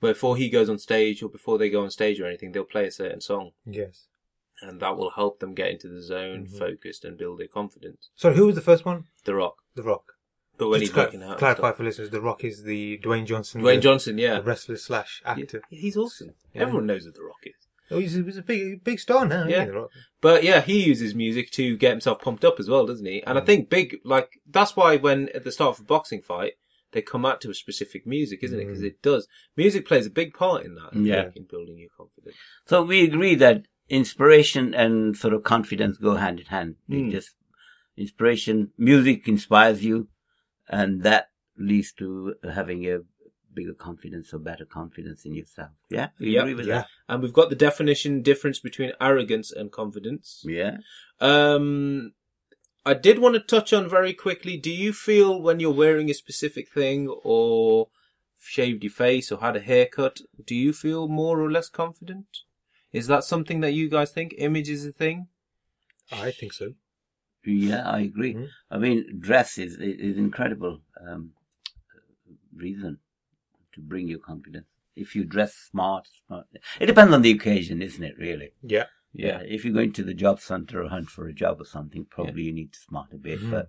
Speaker 1: Before he goes on stage, or before they go on stage or anything, they'll play a certain song,
Speaker 3: yes
Speaker 1: and that will help them get into the zone,
Speaker 3: Mm-hmm.
Speaker 1: focused, and build their confidence.
Speaker 3: so who was the first one
Speaker 1: The Rock,
Speaker 3: the rock
Speaker 1: but Oh, when
Speaker 3: Just
Speaker 1: he's
Speaker 3: to
Speaker 1: working
Speaker 3: cla-
Speaker 1: out, and
Speaker 3: clarify
Speaker 1: stuff.
Speaker 3: for listeners the rock is the dwayne johnson
Speaker 1: Dwayne
Speaker 3: the,
Speaker 1: Johnson, yeah.
Speaker 3: the wrestler slash actor
Speaker 1: Yeah, he's awesome.
Speaker 3: Yeah.
Speaker 1: Everyone knows who The Rock is.
Speaker 3: oh he's, he's a big big star now isn't
Speaker 1: Yeah.
Speaker 3: he, The Rock?
Speaker 1: But yeah, he uses music to get himself pumped up as well, doesn't he?
Speaker 3: Mm.
Speaker 1: And I think big, like, that's why when at the start of a boxing fight, they come out to a specific music, isn't it?
Speaker 3: Mm.
Speaker 1: Because it does. Music plays a big part in that. I
Speaker 2: Yeah.
Speaker 1: think, In building your confidence.
Speaker 2: So we agree that inspiration and sort of confidence go hand in hand. They
Speaker 1: Mm.
Speaker 2: just inspiration, music inspires you, and that leads to having a bigger confidence or better confidence in yourself. Yeah, you
Speaker 1: Yep.
Speaker 2: agree with
Speaker 3: Yeah.
Speaker 2: that?
Speaker 1: And we've got the definition difference between arrogance and confidence.
Speaker 2: Yeah.
Speaker 1: Um, I did want to touch on very quickly. Do you feel when you're wearing a specific thing or shaved your face or had a haircut, do you feel more or less confident? Is that something that you guys think? Image is a thing?
Speaker 3: I think so.
Speaker 2: Yeah, I agree.
Speaker 3: Mhm.
Speaker 2: I mean, dress is is incredible um, reason to bring you confidence. If you dress smart, smart, it depends on the occasion, isn't it? Really.
Speaker 3: Yeah.
Speaker 2: Uh, if you're going to the job center or hunt for a job or something, probably you need to smart a bit.
Speaker 1: Mm-hmm.
Speaker 3: Mhm.
Speaker 2: But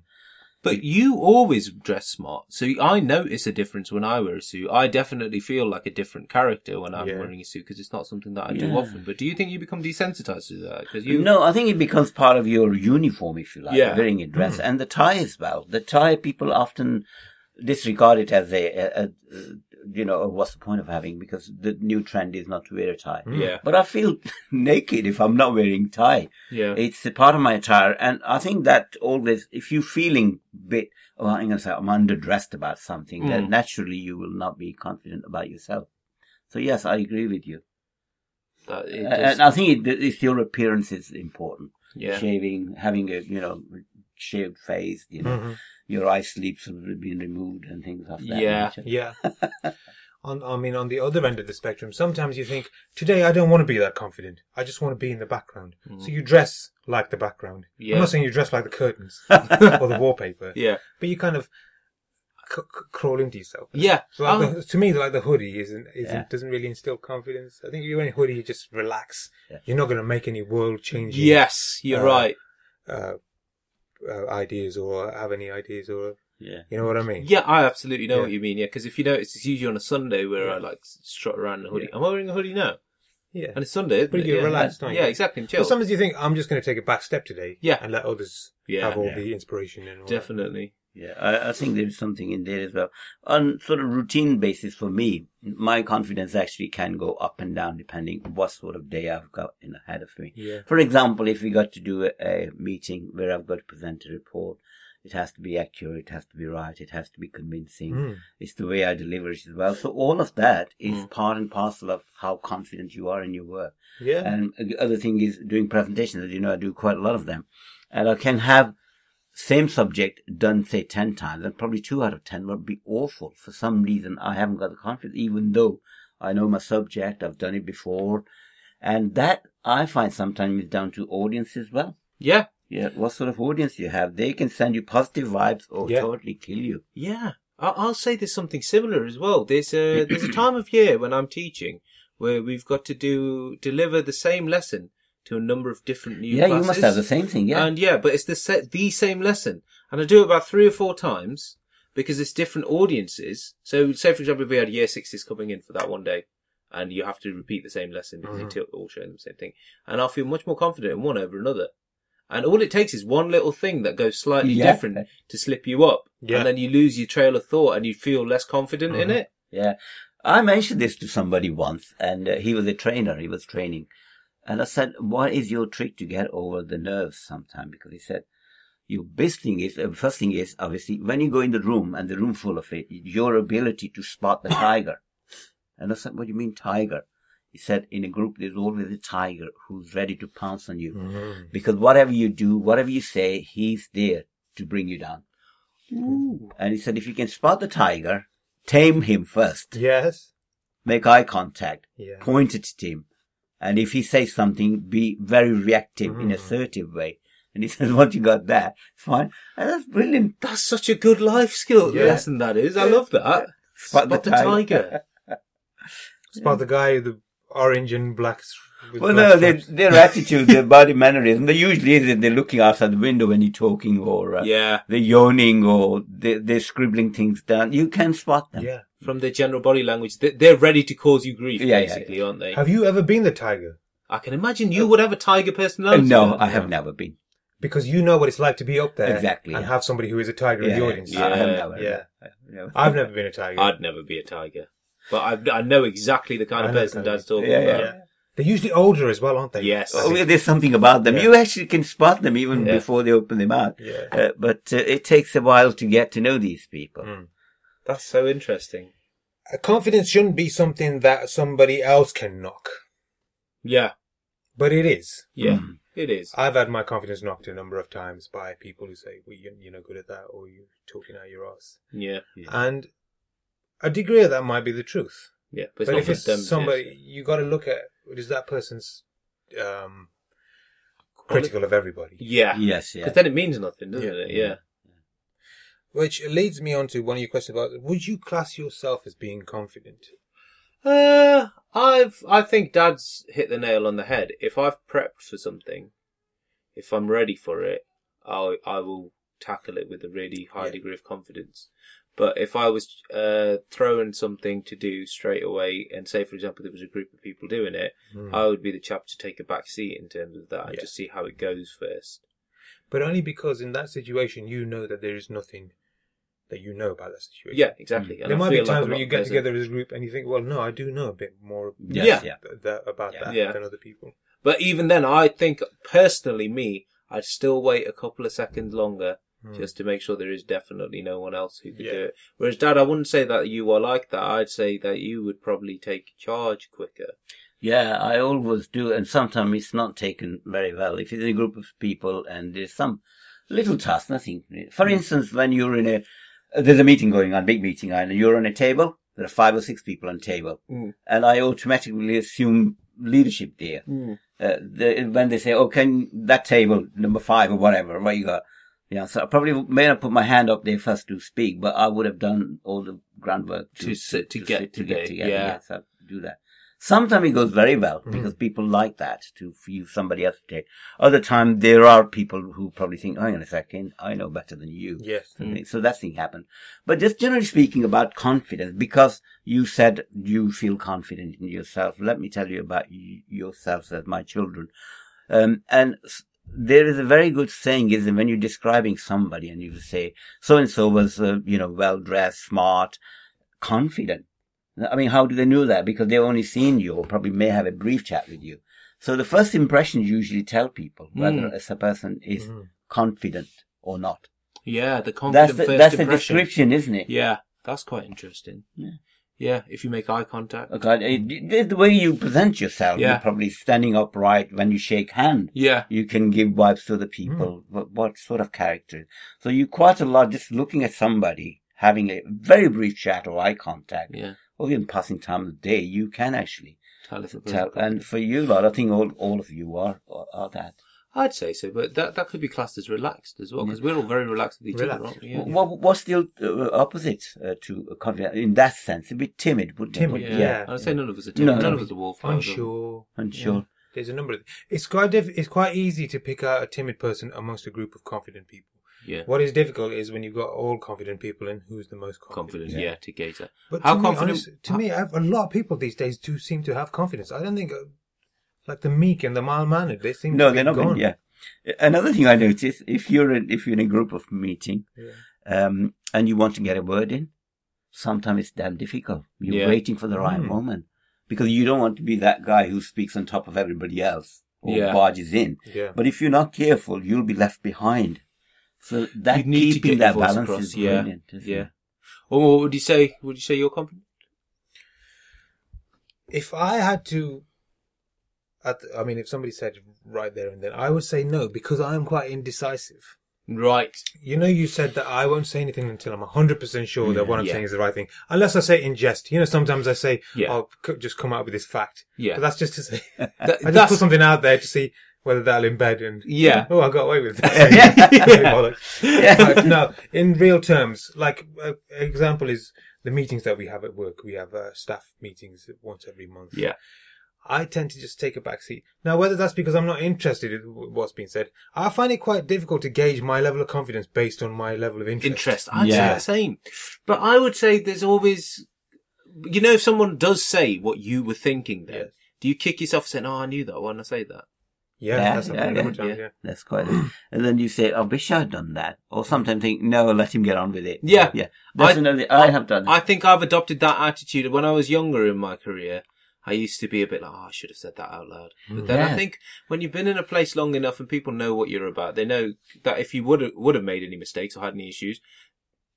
Speaker 1: But you always dress smart. So I notice a difference when I wear a suit. I definitely feel like a different character when I'm
Speaker 3: Yeah.
Speaker 1: wearing a suit because it's not something that I
Speaker 2: Yeah.
Speaker 1: do often. But do you think you become desensitized to that? Because you.
Speaker 2: no, I think it becomes part of your uniform if you like,
Speaker 1: Yeah. Mm-hmm.
Speaker 2: wearing a dress and the tie as well. The tie people often disregard it as a, a, a you know, what's the point of having because the new trend is not to wear a tie.
Speaker 1: Yeah.
Speaker 2: But I feel naked if I'm not wearing tie.
Speaker 1: Yeah.
Speaker 2: It's a part of my attire, and I think that always, if you're feeling bit, oh, I'm gonna say I'm underdressed about something,
Speaker 1: Mm.
Speaker 2: then naturally you will not be confident about yourself. So yes, I agree with you,
Speaker 1: That it
Speaker 2: and
Speaker 1: does-
Speaker 2: and I think it, it's your appearance is important.
Speaker 1: yeah.
Speaker 2: Shaving, having a you know shaved face, you know,
Speaker 1: Mm-hmm.
Speaker 3: Mhm.
Speaker 2: your eye sleeves have been removed and things like that.
Speaker 1: Yeah.
Speaker 2: nature.
Speaker 3: Yeah. on, I mean, on the other end of the spectrum, sometimes you think, today I don't want to be that confident. I just want to be in the background. So you dress like the background.
Speaker 1: Mm. Yeah.
Speaker 3: I'm not saying you dress like the curtains or the wallpaper,
Speaker 1: Yeah.
Speaker 3: but you kind of c- c- crawl into yourself.
Speaker 1: Yeah.
Speaker 3: So like
Speaker 1: Um,
Speaker 3: the, to me, like the hoodie isn't, isn't
Speaker 2: Yeah.
Speaker 3: doesn't really instill confidence. I think you wear a hoodie, you just relax.
Speaker 2: Yeah.
Speaker 3: You're not going to make any world changing
Speaker 1: yes, you're
Speaker 3: Uh,
Speaker 1: right.
Speaker 3: uh, uh, ideas or have any ideas or
Speaker 2: yeah.
Speaker 3: you know what I mean.
Speaker 1: Yeah, I absolutely know
Speaker 3: yeah.
Speaker 1: what you mean. Yeah, because if you notice, it's usually on a Sunday where I like strut around in a hoodie. Am I wearing a hoodie now?
Speaker 3: yeah.
Speaker 1: And it's Sunday, isn't
Speaker 3: But
Speaker 1: it?
Speaker 3: you're
Speaker 1: yeah.
Speaker 3: relaxed,
Speaker 1: yeah.
Speaker 3: aren't
Speaker 1: Yeah,
Speaker 3: you?
Speaker 1: exactly. and
Speaker 3: But
Speaker 1: Chill.
Speaker 3: sometimes you think I'm just going to take a back step today,
Speaker 1: Yeah.
Speaker 3: and let others
Speaker 1: Yeah.
Speaker 3: have all
Speaker 2: Yeah.
Speaker 3: the inspiration and all that.
Speaker 1: Definitely.
Speaker 2: Yeah, I, I think there's something in there as well. On sort of routine basis for me, my confidence actually can go up and down depending on what sort of day I've got in ahead of me.
Speaker 3: Yeah.
Speaker 2: For example, if we got to do a, a meeting where I've got to present a report, it has to be accurate, it has to be right, it has to be convincing.
Speaker 3: Mm.
Speaker 2: It's the way I deliver it as well. So all of that is part and parcel of how confident you are in your work.
Speaker 3: Yeah.
Speaker 2: And the other thing is doing presentations. As you know, I do quite a lot of them. And I can have same subject done, say, 10 times, and probably two out of 10 would be awful. For some reason, I haven't got the confidence, even though I know my subject, I've done it before. And that I find sometimes is down to audience as well.
Speaker 1: Yeah.
Speaker 2: Yeah, what sort of audience you have. They can send you positive vibes or
Speaker 3: Yeah.
Speaker 2: totally kill you.
Speaker 1: Yeah. I- I'll say there's something similar as well. There's a there's a time of year when I'm teaching where we've got to do deliver the same lesson to a number of different new
Speaker 2: yeah,
Speaker 1: classes.
Speaker 2: you must have the same thing. Yeah.
Speaker 1: And yeah, but it's the sa- the same lesson, and I do it about three or four times because it's different audiences. So, say for example, if we had year sixes coming in for that one day, and you have to repeat the same lesson because
Speaker 2: Mm-hmm.
Speaker 1: it all shows them the same thing, and I feel much more confident in one over another. And all it takes is one little thing that goes slightly
Speaker 2: Yeah.
Speaker 1: different to slip you up,
Speaker 3: Yeah.
Speaker 1: and then you lose your trail of thought and you feel less confident in
Speaker 2: Mm-hmm.
Speaker 1: it.
Speaker 2: Yeah. I mentioned this to somebody once, and uh, he was a trainer. He was training. And I said, What is your trick to get over the nerves sometime? Because he said, Your best thing is, uh, first thing is, obviously, when you go in the room and the room full of it, your ability to spot the tiger. And I said, What do you mean, tiger? He said, In a group, there's always a tiger who's ready to pounce on you.
Speaker 3: Mm.
Speaker 2: Because whatever you do, whatever you say, he's there to bring you down. And he said, If you can spot the tiger, tame him first
Speaker 3: Yes.
Speaker 2: make eye contact,
Speaker 3: Yeah.
Speaker 2: point it at him, and if he says something, be very reactive
Speaker 3: Mm-hmm.
Speaker 2: in assertive way. And he says, "What you got there? It's fine. And that's brilliant.
Speaker 1: That's such a good life skill
Speaker 3: Yeah.
Speaker 1: lesson that is. I love that.
Speaker 2: Spot the tiger.
Speaker 3: Spot the guy with the orange and black. s- with
Speaker 2: Well,
Speaker 3: black
Speaker 2: no, their,
Speaker 3: stripes.
Speaker 2: their attitude, their body mannerism. They usually is that they're looking outside the window when you're talking, or uh,
Speaker 1: Yeah.
Speaker 2: they're yawning, or they're, they're scribbling things down. You can spot them.
Speaker 3: Yeah.
Speaker 1: from their general body language, they- they're ready to cause you grief,
Speaker 2: Yeah, yeah,
Speaker 1: basically,
Speaker 2: yeah.
Speaker 1: aren't they?
Speaker 3: Have you ever been the tiger?
Speaker 1: I can imagine you would have a tiger
Speaker 2: Uh,
Speaker 1: personality.
Speaker 2: No,
Speaker 1: then.
Speaker 2: I have never been.
Speaker 3: Because you know what it's like to be up there
Speaker 2: Exactly,
Speaker 3: and
Speaker 2: yeah.
Speaker 3: have somebody who is a tiger in the audience.
Speaker 2: I have
Speaker 1: Yeah,
Speaker 2: never.
Speaker 3: yeah.
Speaker 2: never.
Speaker 3: I've never been a tiger.
Speaker 1: I'd never be a tiger, but I, I know exactly the kind
Speaker 3: I
Speaker 1: of
Speaker 3: know
Speaker 1: person
Speaker 3: the kind
Speaker 1: Dad's talking
Speaker 2: Yeah, yeah.
Speaker 1: about.
Speaker 3: yeah. They're usually older as well, aren't they?
Speaker 1: Yes.
Speaker 3: I
Speaker 2: Oh,
Speaker 3: think.
Speaker 2: yeah, there's something about them.
Speaker 3: Yeah.
Speaker 2: You actually can spot them even
Speaker 1: Yeah.
Speaker 2: before they open their mouth.
Speaker 3: Yeah.
Speaker 2: Uh, but uh, it takes a while to get to know these people.
Speaker 3: Mm.
Speaker 1: That's so interesting.
Speaker 3: confidence shouldn't be something that somebody else can knock,
Speaker 1: Yeah,
Speaker 3: but it is.
Speaker 1: yeah,
Speaker 2: Mm.
Speaker 1: it is.
Speaker 3: I've had my confidence knocked a number of times by people who say, well, you- you're not good at that, or you're talking out your ass.
Speaker 1: Yeah,
Speaker 3: And a degree of that might be the truth.
Speaker 1: yeah. But, it's
Speaker 3: but
Speaker 1: not
Speaker 3: if
Speaker 1: for
Speaker 3: it's
Speaker 1: them,
Speaker 3: somebody,
Speaker 1: yeah.
Speaker 3: you got to look at is that person's um,
Speaker 1: Quali-
Speaker 3: critical of everybody.
Speaker 1: yeah, because
Speaker 2: Yes, yeah.
Speaker 1: then it means nothing, doesn't
Speaker 3: Yeah.
Speaker 1: it? Yeah,
Speaker 3: Which leads me on to one of your questions about would you class yourself as being confident?
Speaker 1: Uh, I've I think Dad's hit the nail on the head. If I've prepped for something, if I'm ready for it, I I will tackle it with a really high
Speaker 3: Yeah.
Speaker 1: degree of confidence. But if I was uh, thrown something to do straight away, and say for example there was a group of people doing it, I would be the chap to take a back seat in terms of that and
Speaker 3: Hmm. Yeah.
Speaker 1: just see how it goes first.
Speaker 3: But only because in that situation you know that there is nothing that you know about that situation.
Speaker 1: Yeah, exactly. And
Speaker 3: Hmm. there
Speaker 1: I
Speaker 3: might be
Speaker 1: feel
Speaker 3: times
Speaker 1: like I'm
Speaker 3: where
Speaker 1: not
Speaker 3: you get
Speaker 1: present.
Speaker 3: together as a group and you think, well, no, I do know a bit more
Speaker 2: Yes,
Speaker 1: Yeah.
Speaker 2: yeah.
Speaker 3: th- that, about
Speaker 2: Yeah.
Speaker 3: that
Speaker 1: Yeah.
Speaker 3: than other people.
Speaker 1: But even then, I think personally, me, I'd still wait a couple of seconds longer
Speaker 3: Hmm.
Speaker 1: just to make sure there is definitely no one else who could
Speaker 3: Yeah.
Speaker 1: do it. Whereas, Dad, I wouldn't say that you are like that. I'd say that you would probably take charge quicker.
Speaker 2: Yeah, I always do, and sometimes it's not taken very well. If it's a group of people and there's some little task, nothing. For
Speaker 3: Mm.
Speaker 2: instance, when you're in a, there's a meeting going on, big meeting, and you're on a table, there are five or six people on table,
Speaker 1: Mm.
Speaker 2: and I automatically assume leadership there. Uh, the, when they say, "Oh, can that table number five or whatever, what you got?" Yeah, so I probably may not put my hand up there first to speak, but I would have done all the groundwork
Speaker 1: To sit- to get together, yeah. Mm.
Speaker 2: yes, I do that. Sometimes it goes very well because people like that to for you somebody else to take. Other time there are people who probably think, "Hang on a second, I know better than you."
Speaker 3: Yes.
Speaker 2: So they- So that thing happened. But just generally speaking about confidence, because you said you feel confident in yourself. Let me tell you about y- yourselves as my children. Um, and s- there is a very good saying, is that when you're describing somebody and you say, so and so was, uh, you know, well dressed, smart, confident. I mean, how do they know that? Because they've only seen you or probably may have a brief chat with you. So the first impressions usually tell people whether
Speaker 1: Mm.
Speaker 2: a person is
Speaker 3: Mm.
Speaker 2: confident or not
Speaker 1: Yeah, the confident
Speaker 2: that's the,
Speaker 1: first
Speaker 2: that's the
Speaker 1: impression.
Speaker 2: description, isn't it?
Speaker 1: Yeah, that's quite interesting.
Speaker 2: Yeah.
Speaker 1: Yeah, if you make eye contact.
Speaker 2: Okay, it- it- the way you present yourself,
Speaker 1: Yeah.
Speaker 2: you're probably standing upright when you shake hand.
Speaker 1: Yeah.
Speaker 2: You can give vibes to the
Speaker 1: Hmm.
Speaker 2: people. What, what sort of character? So you quite a lot just looking at somebody, having a very brief chat or eye contact,
Speaker 1: Yeah.
Speaker 2: or even passing time of the day. You can actually
Speaker 1: Tell if a
Speaker 2: tell.
Speaker 1: person-
Speaker 2: And for you lot, I think all all of you are are, are that.
Speaker 1: I'd say so, but that that could be classed as relaxed as well because we're all very relaxed with each other,
Speaker 3: Relaxed.
Speaker 1: aren't we? Yeah.
Speaker 2: What what's the uh, opposite uh, to confident in that sense? A bit timid, wouldn't
Speaker 3: Timid,
Speaker 2: it?
Speaker 1: Yeah.
Speaker 3: yeah.
Speaker 1: I'd say none of us are
Speaker 2: No,
Speaker 1: timid.
Speaker 2: no.
Speaker 1: none of us are wallflowers. are we?
Speaker 3: Unsure.
Speaker 2: unsure.
Speaker 3: There's a number of. It's quite diff- it's quite easy to pick out a timid person amongst a group of confident people.
Speaker 1: Yeah.
Speaker 3: What is difficult is when you've got all confident people and who's the most confident.
Speaker 1: confident, yeah, to gauge that.
Speaker 3: But
Speaker 1: How
Speaker 3: to
Speaker 1: confident?
Speaker 3: Me, honest- to me, I've, a lot of people these days do seem to have confidence. I don't think, uh, like the meek and the mild mannered, they seem
Speaker 2: No,
Speaker 3: to
Speaker 2: they're
Speaker 3: be
Speaker 2: not.
Speaker 3: gone.
Speaker 2: Gonna, yeah. Another thing I noticed: if you're in, if you're in a group of meeting,
Speaker 3: Yeah.
Speaker 2: um, and you want to get a word in, sometimes it's damn difficult. You're
Speaker 1: Yeah.
Speaker 2: waiting for the right
Speaker 3: Mm.
Speaker 2: moment because you don't want to be that guy who speaks on top of everybody else or
Speaker 1: Yeah.
Speaker 2: barges in.
Speaker 3: Yeah.
Speaker 2: But if you're not careful, you'll be left behind. So that
Speaker 1: You need to
Speaker 2: keeping
Speaker 1: get
Speaker 2: that
Speaker 1: your voice
Speaker 2: balance
Speaker 1: across,
Speaker 2: is
Speaker 1: yeah.
Speaker 2: brilliant. isn't
Speaker 1: Yeah.
Speaker 2: it?
Speaker 1: Well, what would you say? Would you say you're confident?
Speaker 3: If I had to, at the- I mean, if somebody said right there and then, I would say no because I'm quite indecisive.
Speaker 1: Right.
Speaker 3: You know, you said that I won't say anything until I'm 100% sure that what I'm
Speaker 1: Mm, Yeah.
Speaker 3: saying is the right thing. Unless I say it in jest. You know, sometimes I say,
Speaker 1: Yeah.
Speaker 3: I'll c- just come out with this fact.
Speaker 1: Yeah.
Speaker 3: But that's just to say, I
Speaker 1: That-
Speaker 3: just
Speaker 1: that's
Speaker 3: put something out there to see whether that'll embed and,
Speaker 1: yeah.
Speaker 3: oh, I got away with that. Bollocks. But no, in real terms, like, uh, example is the meetings that we have at work. We have uh, staff meetings once every month.
Speaker 1: Yeah.
Speaker 3: I tend to just take a back seat. Now, whether that's because I'm not interested in wh- what's being said, I find it quite difficult to gauge my level of confidence based on my level of interest.
Speaker 1: Interest. I'd
Speaker 2: Yeah.
Speaker 1: say the same. But I would say there's always, you know, if someone does say what you were thinking, then
Speaker 3: Yes.
Speaker 1: do you kick yourself saying, "Oh, I knew that. Why didn't I say that?"
Speaker 3: Yeah,
Speaker 2: Yeah,
Speaker 3: that's
Speaker 2: yeah,
Speaker 3: happened a number of
Speaker 1: yeah,
Speaker 3: times,
Speaker 1: yeah.
Speaker 3: yeah.
Speaker 2: That's quite. and then you say, "I wish I'd done that," or sometimes think, "No, let him get on with it."
Speaker 1: Yeah.
Speaker 2: yeah. That's another. thing I have done.
Speaker 1: I think I've adopted that attitude. When I was younger in my career, I used to be a bit like, oh, I should have said that out loud. But then I
Speaker 2: Yes.
Speaker 1: think when you've been in a place long enough and people know what you're about, they know that if you would have, would have made any mistakes or had any issues,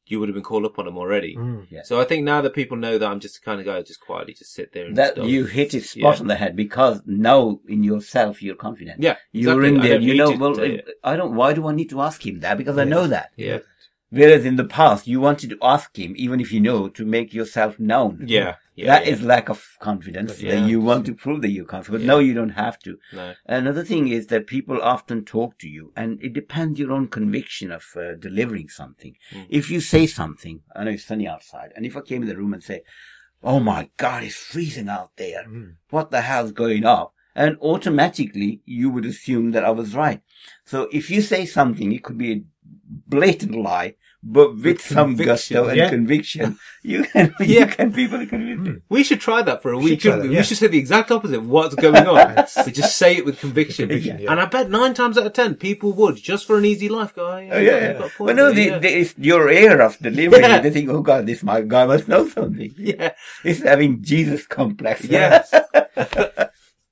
Speaker 1: you would have been called up on them already.
Speaker 3: Mm.
Speaker 2: Yeah.
Speaker 1: So I think now that people know that I'm just the kind of guy who just quietly just sit there and
Speaker 2: That
Speaker 1: stuff.
Speaker 2: you hit it spot
Speaker 1: Yeah.
Speaker 2: on the head because now in yourself you're confident.
Speaker 1: Yeah,
Speaker 2: you're
Speaker 1: exactly.
Speaker 2: in
Speaker 1: I
Speaker 2: there.
Speaker 1: don't
Speaker 2: You
Speaker 1: need
Speaker 2: know,
Speaker 1: to
Speaker 2: well,
Speaker 1: tell you.
Speaker 2: I don't. Why do I need to ask him that? Because I
Speaker 3: Yeah.
Speaker 2: know that.
Speaker 1: yeah,
Speaker 2: Whereas in the past, you wanted to ask him, even if you know, to make yourself known.
Speaker 1: yeah, yeah.
Speaker 2: That is
Speaker 1: yeah.
Speaker 2: lack of confidence.
Speaker 1: Yeah.
Speaker 2: That you want to prove that you're confident.
Speaker 1: Yeah.
Speaker 2: No, you don't have to.
Speaker 1: no.
Speaker 2: Another thing is that people often talk to you, and it depends your own conviction of uh, delivering something. If you say something, I know it's sunny outside, and if I came in the room and say, "Oh my God, it's freezing out there,"
Speaker 3: Mm.
Speaker 2: what the hell's going on? And automatically you would assume that I was right. So if you say something, it could be a blatant lie, but with, some
Speaker 1: conviction,
Speaker 2: gusto and
Speaker 3: yeah.
Speaker 2: conviction, you can you
Speaker 1: Yeah.
Speaker 2: can people convince you.
Speaker 1: We should try that for a
Speaker 3: should
Speaker 1: week.
Speaker 3: try
Speaker 1: shouldn't
Speaker 3: that,
Speaker 1: we?
Speaker 3: yeah.
Speaker 1: we should say the exact opposite of what's going on. we just say it with conviction.
Speaker 3: Conviction, yeah.
Speaker 1: And I bet nine times out of ten people would, just for an easy life guy.
Speaker 2: Oh, yeah, yeah.
Speaker 1: got a point
Speaker 2: But no,
Speaker 1: there,
Speaker 2: the,
Speaker 1: yeah.
Speaker 2: the, it's your air of delivery.
Speaker 1: Yeah.
Speaker 2: They think, oh God, this my guy must know something.
Speaker 1: yeah.
Speaker 2: He's having Jesus complex.
Speaker 1: Yes.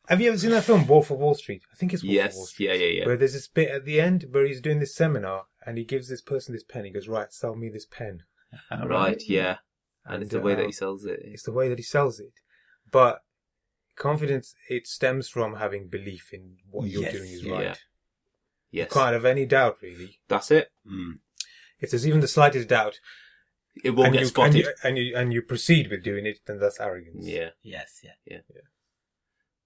Speaker 3: Have you ever seen that film Wolf of Wall Street? I think it's Wolf of Wall
Speaker 1: yes.
Speaker 3: Street.
Speaker 1: Yeah, yeah, yeah.
Speaker 3: Where there's this bit at the end where he's doing this seminar and he gives this person this pen. He goes, "Right, sell me this pen."
Speaker 1: Ah, Right, yeah. And, it's the way
Speaker 2: uh,
Speaker 1: that
Speaker 3: um,
Speaker 1: he sells it.
Speaker 3: It's the way that he sells it. But confidence it stems from having belief in what you're
Speaker 2: Yes,
Speaker 3: doing is
Speaker 2: yeah.
Speaker 3: right.
Speaker 1: Yes.
Speaker 3: Can't have any doubt really.
Speaker 1: That's it.
Speaker 2: Mm.
Speaker 3: If there's even the slightest doubt,
Speaker 1: It will
Speaker 3: and,
Speaker 1: get
Speaker 3: you, and,
Speaker 1: spotted.
Speaker 3: you, and you and you proceed with doing it, then that's arrogance.
Speaker 1: yeah.
Speaker 2: Yes, yeah.
Speaker 1: Yeah.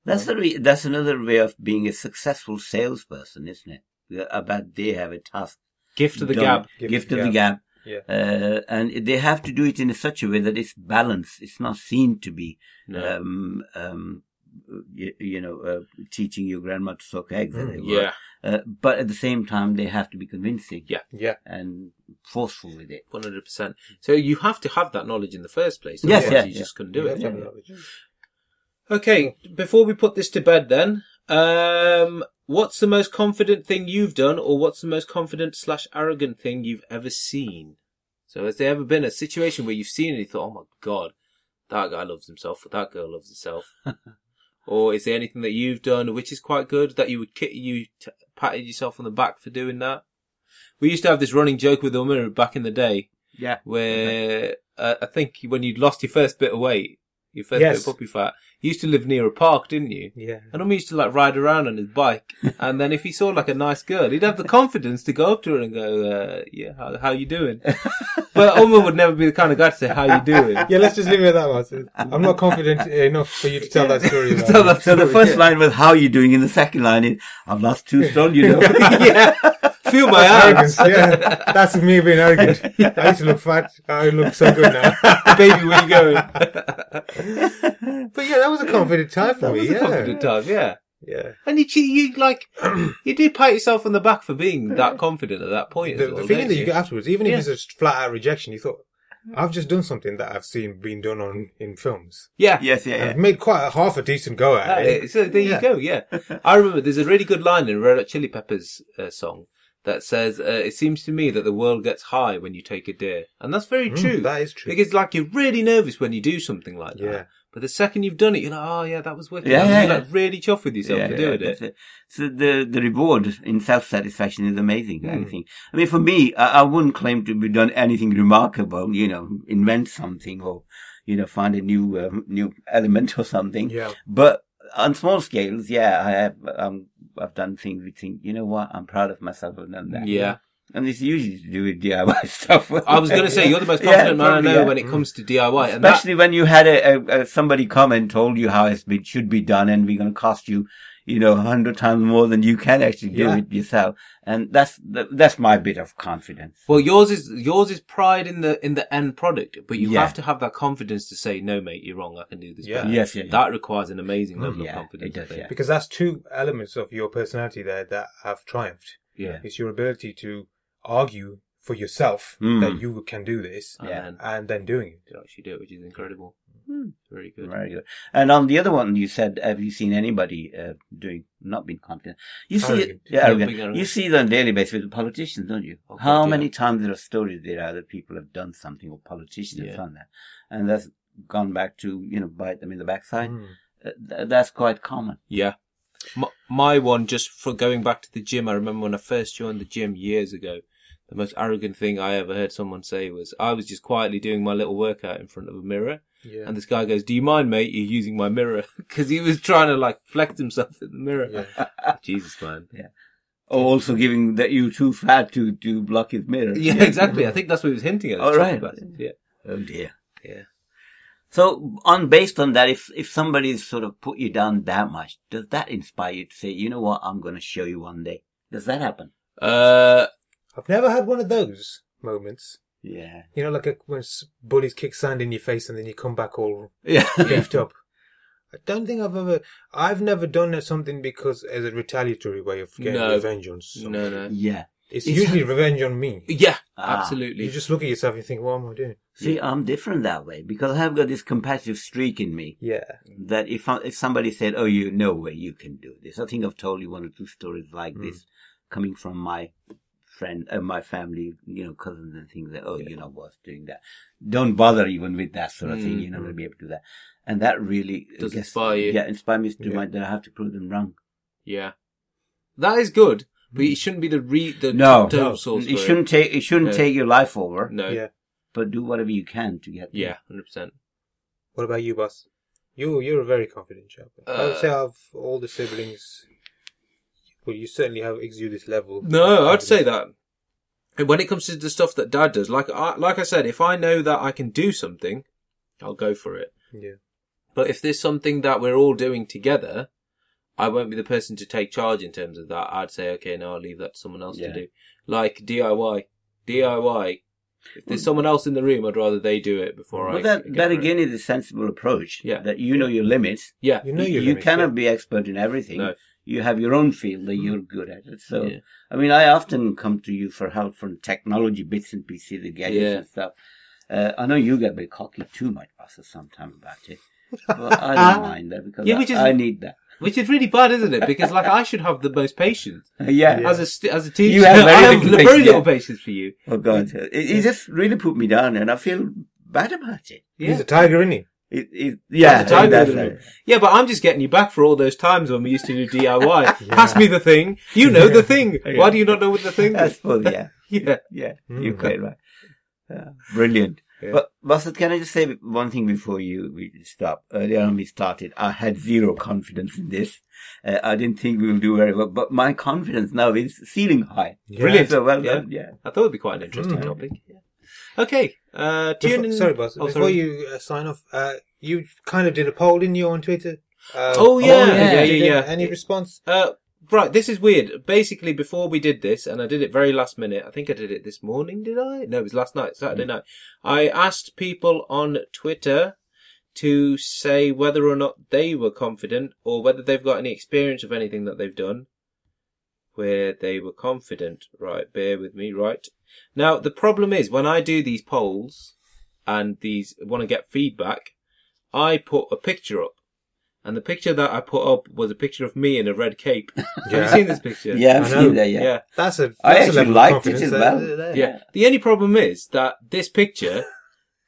Speaker 2: That's the re- that's another way of being a successful salesperson, isn't it? Yeah, About they have a task.
Speaker 1: Gift of the
Speaker 2: Done.
Speaker 1: gab.
Speaker 3: Give
Speaker 2: Gift
Speaker 3: to
Speaker 2: of
Speaker 3: the
Speaker 2: the gap.
Speaker 3: Yeah.
Speaker 2: Uh, and they have to do it in such a way that it's balanced. It's not seen to be,
Speaker 1: No.
Speaker 2: um, um, you, you know, uh, teaching your grandma to suck eggs. as
Speaker 3: Mm.
Speaker 2: it were.
Speaker 1: yeah.
Speaker 2: Uh, but at the same time, they have to be convincing
Speaker 1: Yeah.
Speaker 3: Yeah.
Speaker 2: and forceful with it.
Speaker 1: One hundred percent. So you have to have that knowledge in the first place.
Speaker 2: Yes,
Speaker 1: Otherwise
Speaker 2: yeah,
Speaker 1: you
Speaker 2: yeah.
Speaker 1: just couldn't do
Speaker 3: You
Speaker 1: it.
Speaker 3: have to have knowledge.
Speaker 1: Okay, before we put this to bed, then, um, what's the most confident thing you've done, or what's the most confident slash arrogant thing you've ever seen? So, has there ever been a situation where you've seen it and you thought, "Oh my god, that guy loves himself, or that girl loves herself"? or is there anything that you've done which is quite good that you would kit you t- patted yourself on the back for doing that? We used to have this running joke with Umar back in the day,
Speaker 2: Yeah.
Speaker 1: where uh, I think when you'd lost your first bit of weight, your first
Speaker 3: Yes.
Speaker 1: bit of puppy fat, you used to live near a park, didn't you?
Speaker 3: Yeah.
Speaker 1: And Ummy used to like ride around on his bike, and then if he saw like a nice girl, he'd have the confidence to go up to her and go, uh, "Yeah, how, how you doing?" But Umar would never be the kind of guy to say, "How you doing?"
Speaker 3: Yeah, let's just leave it at that one. I'm not confident enough for you to tell that story. about
Speaker 1: Tell
Speaker 3: me.
Speaker 1: that
Speaker 2: So the
Speaker 1: story,
Speaker 2: first
Speaker 1: yeah.
Speaker 2: line was "How you doing?" and the second line is "I've lost two stone." You know,
Speaker 1: yeah, feel my
Speaker 3: Arrogance,
Speaker 1: arms.
Speaker 3: yeah. That's me being arrogant. I used to look fat. I look so good now.
Speaker 1: Baby, where you going?
Speaker 3: But yeah, that was a confident time for
Speaker 1: That
Speaker 3: me.
Speaker 1: was
Speaker 3: yeah.
Speaker 1: a confident time, yeah.
Speaker 3: Yeah.
Speaker 1: And you, che- you like, you do pat yourself on the back for being that confident at that point.
Speaker 3: The,
Speaker 1: Oh, as well,
Speaker 3: the feeling
Speaker 1: don't
Speaker 3: that you get afterwards, even
Speaker 1: Yeah. Mm.
Speaker 3: if it's a flat out rejection, you thought, I've just done something that I've seen being done on in films.
Speaker 1: yeah,
Speaker 2: yes, yeah,
Speaker 3: I've
Speaker 2: yeah.
Speaker 3: made quite a half a decent go at
Speaker 1: That
Speaker 3: it.
Speaker 1: is- so there
Speaker 3: Yeah.
Speaker 1: you go. Yeah, I remember there's a really good line in Red Hot Chili Peppers uh, song that says, uh, "It seems to me that the world gets high when you take a dare," and that's very
Speaker 3: Mm,
Speaker 1: true.
Speaker 3: That is true.
Speaker 1: Because like you're really nervous when you do something like that.
Speaker 3: Yeah.
Speaker 1: But the second you've done it, you're like, "Oh yeah, that was wicked."
Speaker 2: Yeah,
Speaker 1: And
Speaker 2: yeah,
Speaker 1: you're
Speaker 2: yeah.
Speaker 1: like really chuffed with yourself
Speaker 2: Yeah,
Speaker 1: for
Speaker 2: yeah,
Speaker 1: doing it.
Speaker 2: that's So the the reward in self satisfaction is amazing. I think. I mean, for me, I, I wouldn't claim to be done anything remarkable. You know, invent something or you know find a new um, new element or something.
Speaker 3: Yeah.
Speaker 2: But on small scales, yeah, I have um, I've done things. We think, you know what? I'm proud of myself. I've done that.
Speaker 1: Yeah.
Speaker 2: and it's usually to do with DIY stuff.
Speaker 1: I was going to say you're the most
Speaker 2: Yeah,
Speaker 1: confident man I
Speaker 2: probably,
Speaker 1: know
Speaker 2: yeah.
Speaker 1: when it comes to DIY, and that,
Speaker 2: Especially when you had a, a, a somebody come and told you how it's been, should be done, and we're going to cost you, you know, a hundred times more than you can actually do
Speaker 3: Yeah.
Speaker 2: it yourself. And that's th- that's my bit of confidence.
Speaker 1: Well, yours is yours is pride in the in the end product, but you
Speaker 2: Yeah.
Speaker 1: have to have that confidence to say, "No, mate, you're wrong. I can do this."
Speaker 3: Yeah.
Speaker 1: better."
Speaker 2: Yes, yeah, yeah.
Speaker 1: that requires an amazing level
Speaker 2: Yeah,
Speaker 1: of confidence.
Speaker 2: it does,
Speaker 1: I think.
Speaker 3: Because that's two elements of your personality there that have triumphed.
Speaker 1: yeah.
Speaker 3: It's your ability to argue for yourself
Speaker 2: Mm.
Speaker 3: that you can do this
Speaker 1: And
Speaker 2: Yeah.
Speaker 1: then
Speaker 3: and then doing it.
Speaker 1: you actually do it, which is incredible.
Speaker 2: Hmm.
Speaker 1: Very good.
Speaker 2: Very good. And on the other one, you said, have you seen anybody uh, doing not being confident? You see,
Speaker 3: Arrogant.
Speaker 2: yeah, arrogant.
Speaker 1: being arrogant.
Speaker 2: You see it on a daily basis with the politicians, don't you?
Speaker 1: Oh, God,
Speaker 2: How
Speaker 1: yeah.
Speaker 2: many times there are stories there are that people have done something or politicians have
Speaker 1: Yeah.
Speaker 2: done that, and that's gone back to you know bite them in the backside.
Speaker 3: Mm.
Speaker 2: Uh, th- that's quite common.
Speaker 1: Yeah. My, my one, just for going back to the gym, I remember when I first joined the gym years ago, there The most arrogant thing I ever heard someone say was, I was just quietly doing my little workout in front of a mirror.
Speaker 3: Yeah.
Speaker 1: And this guy goes, Do you mind, mate? You're using my mirror. Because he was trying to like flex himself in the mirror. Jesus, man.
Speaker 2: Or also giving that you're too fat to, to block his mirror.
Speaker 1: Yeah, exactly. I think that's what he was hinting at.
Speaker 2: All
Speaker 1: Talking
Speaker 2: right.
Speaker 1: about it. Yeah.
Speaker 2: Oh dear.
Speaker 1: Yeah.
Speaker 2: So on based on that, if if somebody's sort of put you down that much, does that inspire you to say, you know what, I'm going to show you one day? Does that happen?
Speaker 1: Uh,
Speaker 3: I've never had one of those moments.
Speaker 2: Yeah.
Speaker 3: You know, like a, when s- bullies kick sand in your face and then you come back all
Speaker 1: yeah.
Speaker 3: beefed up. I don't think I've ever. I've never done something because as a retaliatory way of getting
Speaker 1: No.
Speaker 3: revenge on someone.
Speaker 1: no, no.
Speaker 2: Yeah.
Speaker 3: It's
Speaker 2: It's-
Speaker 3: usually revenge on me.
Speaker 1: Yeah,
Speaker 2: Ah.
Speaker 3: You
Speaker 1: absolutely.
Speaker 3: just look at yourself and think, "What am I doing?"
Speaker 2: See, I'm different that way because I have got this competitive streak in me
Speaker 3: Yeah,
Speaker 2: that if I, if somebody said, "Oh, you no way you can do this," I think I've told you one or two stories
Speaker 1: Hmm.
Speaker 2: like this coming from my friend and my family, you know, cousins and things. That oh, you know, what's doing that? Don't bother even with that sort of thing. You're not going to be able to do that, and that really
Speaker 1: Hmm, Does inspire you.
Speaker 2: Yeah, inspire me to
Speaker 3: Yeah.
Speaker 2: mind that I have to prove them wrong.
Speaker 1: Yeah. That is good, but it shouldn't be the re the
Speaker 2: Hmm. No,
Speaker 1: total
Speaker 3: No.
Speaker 1: source.
Speaker 2: it
Speaker 1: for
Speaker 2: shouldn't take it shouldn't
Speaker 1: Yeah.
Speaker 2: take your life over,
Speaker 1: No. Yeah.
Speaker 3: yeah.
Speaker 2: but do whatever you can to get. there.
Speaker 1: Hundred percent.
Speaker 3: What about you, boss? You you're a very confident chap. I would
Speaker 1: Uh,
Speaker 3: say of all the siblings, well, you certainly have exude this level.
Speaker 1: No,
Speaker 3: of
Speaker 1: I'd say
Speaker 3: confidence.
Speaker 1: that. And when it comes to the stuff that Dad does, like I like I said, if I know that I can do something, I'll go for it.
Speaker 3: Yeah,
Speaker 1: But if there's something that we're all doing together, I won't be the person to take charge in terms of that. I'd say, okay, no, I'll leave that to someone else
Speaker 2: Yeah.
Speaker 1: to do. Like DIY, DIY. If
Speaker 2: Hmm.
Speaker 1: there's someone else in the room, I'd rather they do it before I.
Speaker 2: But that,
Speaker 1: go
Speaker 2: that
Speaker 1: for it.
Speaker 2: again is a sensible approach.
Speaker 1: Yeah.
Speaker 2: That you know your limits.
Speaker 1: yeah,
Speaker 3: you know
Speaker 2: you,
Speaker 3: your
Speaker 2: you
Speaker 3: limits,
Speaker 2: cannot be expert in everything.
Speaker 1: No.
Speaker 2: You have your own field that you're good at. It. So,
Speaker 1: Yeah.
Speaker 2: I mean, I often come to you for help from technology bits and pieces, the gadgets
Speaker 1: Yeah.
Speaker 2: and stuff. Uh, I know you get a bit cocky too much, Pastor, sometimes about it. But I don't mind that because
Speaker 1: Yeah,
Speaker 2: I,
Speaker 1: we just-
Speaker 2: I need that.
Speaker 1: which is really bad, isn't it? Because like I should have the most patience.
Speaker 2: yeah.
Speaker 1: as a st- as a teacher.
Speaker 2: have very
Speaker 1: I have
Speaker 2: little
Speaker 1: li- very
Speaker 2: patience,
Speaker 1: little
Speaker 2: yeah.
Speaker 1: patience for you.
Speaker 2: Oh, God. It, it just really put me down and I feel bad about it.
Speaker 1: Yeah.
Speaker 3: he's a tiger, isn't he?
Speaker 2: It, it, yeah.
Speaker 1: That's a tiger
Speaker 2: that's
Speaker 1: in the
Speaker 2: right.
Speaker 1: room. Yeah, but I'm just getting you back for all those times when we used to do DIY. Pass me the thing. You know the thing. Why do you not know what the thing
Speaker 2: I
Speaker 1: is?
Speaker 2: suppose, yeah.
Speaker 1: Yeah.
Speaker 2: Yeah,
Speaker 3: Mm.
Speaker 2: you're quite right. Yeah, brilliant.
Speaker 1: Yeah.
Speaker 2: But Bassett, can I just say one thing before you we stop? Earlier on, we started. I had zero confidence in this. Uh, I didn't think we would do very well, but my confidence now is ceiling high.
Speaker 3: Yeah.
Speaker 1: Brilliant.
Speaker 2: So well
Speaker 1: Yeah.
Speaker 2: done. Yeah.
Speaker 1: I thought it'd be quite an interesting
Speaker 2: Mm-hmm.
Speaker 3: Mm.
Speaker 1: topic. Yeah. Okay. Uh, tune
Speaker 3: Befo-
Speaker 1: in.
Speaker 3: sorry, boss.
Speaker 1: Oh,
Speaker 3: before
Speaker 1: sorry.
Speaker 3: you uh, sign off, uh, you kind of did a poll, didn't you, on Twitter? Uh,
Speaker 1: Oh, yeah.
Speaker 2: yeah,
Speaker 3: Did
Speaker 1: yeah,
Speaker 3: it-
Speaker 1: yeah.
Speaker 3: Any response?
Speaker 1: Uh, right, this is weird. Basically, before we did this, and I did it very last minute. I think I did it this morning, did I? No, it was last night,
Speaker 2: Mm.
Speaker 1: Saturday night. I asked people on Twitter to say whether or not they were confident or whether they've got any experience of anything that they've done where they were confident. Right, bear with me, right? Now, the problem is when I do these polls and these want to get feedback, I put a picture up. And the picture that I put up was a picture of me in a red cape. Have you
Speaker 3: Yeah.
Speaker 1: seen this picture?
Speaker 2: Yeah, I've
Speaker 3: I know.
Speaker 2: seen that. Yeah.
Speaker 1: yeah.
Speaker 3: That's a. That's
Speaker 2: I
Speaker 3: a
Speaker 2: actually
Speaker 3: level of
Speaker 2: liked it
Speaker 3: confidence uh,
Speaker 2: as
Speaker 3: that-
Speaker 2: well.
Speaker 3: that-
Speaker 1: Yeah. The only problem is that this picture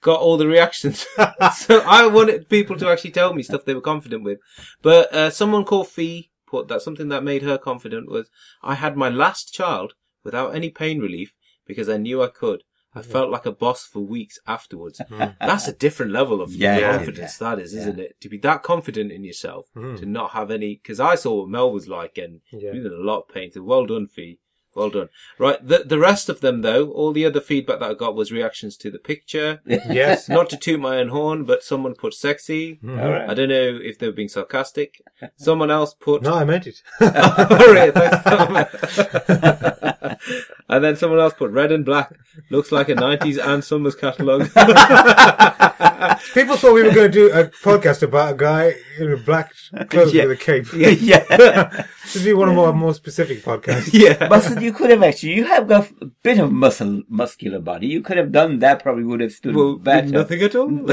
Speaker 1: got all the reactions. so I wanted people to actually tell me stuff they were confident with. But uh, someone called Fee put that something that made her confident was I had my last child without any pain relief because I knew I could. I felt like a boss for weeks afterwards. That's a different level of
Speaker 2: Hmm. Yeah, yeah,
Speaker 1: confidence that is,
Speaker 2: yeah. Hmm.
Speaker 1: isn't it? To be that confident in yourself,
Speaker 3: Mhm.
Speaker 1: to not have any, because I saw what Mel was like and
Speaker 3: Yeah.
Speaker 1: you did a lot of pain. So well done, Fee. Well done. Right. The, the rest of them though, all the other feedback that I got was reactions to the picture.
Speaker 3: Yes.
Speaker 1: Not to toot my own horn, but someone put sexy.
Speaker 2: All
Speaker 3: Mhm.
Speaker 2: right.
Speaker 1: I don't know if they were being sarcastic. Someone else put
Speaker 3: No, I meant it.
Speaker 1: Alright, thanks. and then someone else put red and black. Looks like a 90s Anne Summers catalogue.
Speaker 3: People thought we were going to do a podcast about a guy in a black clothes
Speaker 2: Yeah.
Speaker 3: with a cape.
Speaker 2: yeah. yeah.
Speaker 3: This would be one of our more specific podcasts.
Speaker 1: yeah.
Speaker 2: Bassett, you could have actually, you have got a bit of muscle, muscular body. You could have done that, probably would have stood
Speaker 1: Well,
Speaker 2: better.
Speaker 1: nothing at all.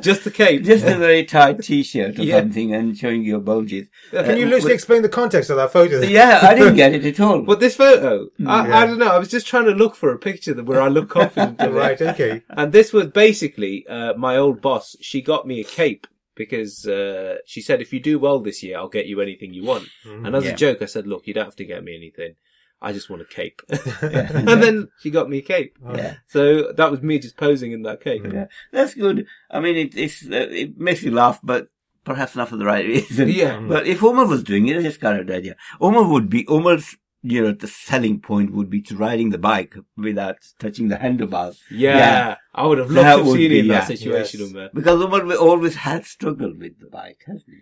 Speaker 1: Just the cape.
Speaker 2: Just a very tight t-shirt or
Speaker 1: Yeah.
Speaker 2: something and showing your bulges.
Speaker 3: Can you
Speaker 2: Uh,
Speaker 3: loosely
Speaker 2: but-
Speaker 3: explain the context of that photo?
Speaker 2: Yeah, I didn't get it at all.
Speaker 1: But this photo,
Speaker 2: Mm,
Speaker 1: I,
Speaker 3: Yeah.
Speaker 1: I don't know. I was just trying to look for a picture that where I look confident. in it.
Speaker 3: Right, okay.
Speaker 1: And this was basically uh, my old boss. She got me a cape because uh, she said, "If you do well this year, I'll get you anything you want." and as
Speaker 2: yeah.
Speaker 1: a joke, I said, "Look, you don't have to get me anything. I just want a cape. and then she got me a cape.
Speaker 2: Yeah.
Speaker 1: So that was me just posing in that cape.
Speaker 2: Oh. Yeah, that's good. I mean, it, it's uh, it makes you laugh, but perhaps not for the right reason.
Speaker 1: Yeah.
Speaker 2: But if Omar was doing it, I just got an idea. Omar would be Omar's. You know, the selling point would be to riding the bike without touching the handlebars.
Speaker 1: Yeah. I would have loved
Speaker 2: That
Speaker 1: to have
Speaker 2: would
Speaker 1: seen
Speaker 2: be-
Speaker 1: you in that
Speaker 2: yeah.
Speaker 1: situation,
Speaker 3: Yes.
Speaker 1: Umar.
Speaker 2: Because Omar will always has struggled with the bike, hasn't he?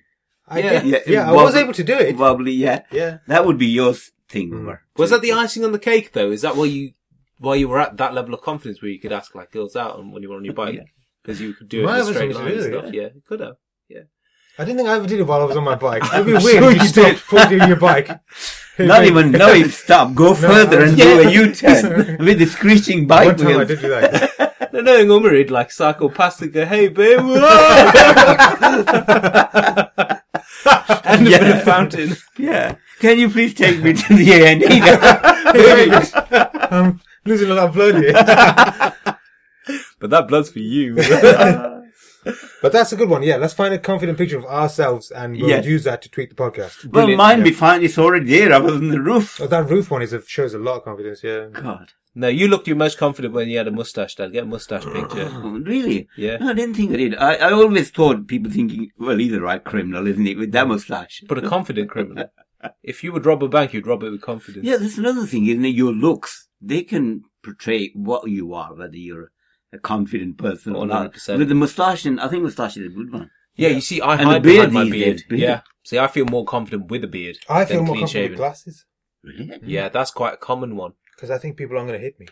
Speaker 3: I,
Speaker 1: Yeah.
Speaker 3: yeah, yeah,
Speaker 2: Yeah,
Speaker 3: I was
Speaker 2: wobbly-
Speaker 3: able to do it.
Speaker 2: Probably, yeah.
Speaker 3: Yeah.
Speaker 2: That would be your thing, Omar.
Speaker 1: Was that the icing on the cake though? Is that why you, why you were at that level of confidence where you could ask like girls out and when you were on your bike?
Speaker 2: Yeah.
Speaker 1: Because you could do it
Speaker 3: Might
Speaker 1: in a
Speaker 3: have been
Speaker 1: straight
Speaker 3: something
Speaker 1: line
Speaker 3: to
Speaker 1: and
Speaker 3: do,
Speaker 1: stuff. Yeah. you could have.
Speaker 3: I didn't think I ever did it while I was on my bike. It'd be
Speaker 1: I'm
Speaker 3: weird
Speaker 1: sure
Speaker 3: if
Speaker 1: you
Speaker 3: you stopped pointing your bike.
Speaker 2: Not even know it. Stop. Go further and do a
Speaker 3: Yeah.
Speaker 2: U-turn with the screeching
Speaker 3: One
Speaker 2: bike
Speaker 3: time I
Speaker 2: wheels.
Speaker 3: did do that.
Speaker 1: No, knowing Umar, he'd like cycle past and go, "Hey, babe!" whoa!" and a bit
Speaker 2: Yeah.
Speaker 1: of fountain.
Speaker 2: Yeah. Can you please take me to the E? A&E now?
Speaker 3: I'm losing a lot of blood here.
Speaker 1: But that blood's for you.
Speaker 3: But that's a good one. Yeah, let's find a confident picture of ourselves and we'll
Speaker 2: Yes.
Speaker 3: use that to tweak the podcast.
Speaker 2: Well,
Speaker 1: Brilliant.
Speaker 2: mine be fine. It's already there. I was on the roof.
Speaker 3: Oh, that roof one is a, shows a lot of confidence. Yeah.
Speaker 2: God.
Speaker 1: no, you looked your most confident when you had a mustache, Dad. Get a mustache picture.
Speaker 2: Oh, really?
Speaker 1: Yeah.
Speaker 2: No, I didn't think I did. I, I always thought people thinking, well, he's a right criminal, isn't he, with that mustache?
Speaker 1: But a confident criminal. If you would rob a bank, you'd rob it with confidence.
Speaker 2: Yeah, that's another thing, isn't it? Your looks, they can portray what you are, whether you're a confident person or not.
Speaker 1: Oh, 100%.
Speaker 2: With the mustache, and I think mustache is a good one.
Speaker 1: Yeah, you see, I
Speaker 2: And
Speaker 1: hide
Speaker 2: the beard
Speaker 1: behind my
Speaker 2: these
Speaker 1: beard.
Speaker 2: days, beard.
Speaker 1: Yeah. See, I feel more confident with a beard.
Speaker 3: I
Speaker 1: than
Speaker 3: feel more
Speaker 1: clean
Speaker 3: confident
Speaker 1: shaven.
Speaker 3: with glasses
Speaker 2: Really?
Speaker 1: Yeah, that's quite a common one.
Speaker 3: because I think people aren't going to hit me.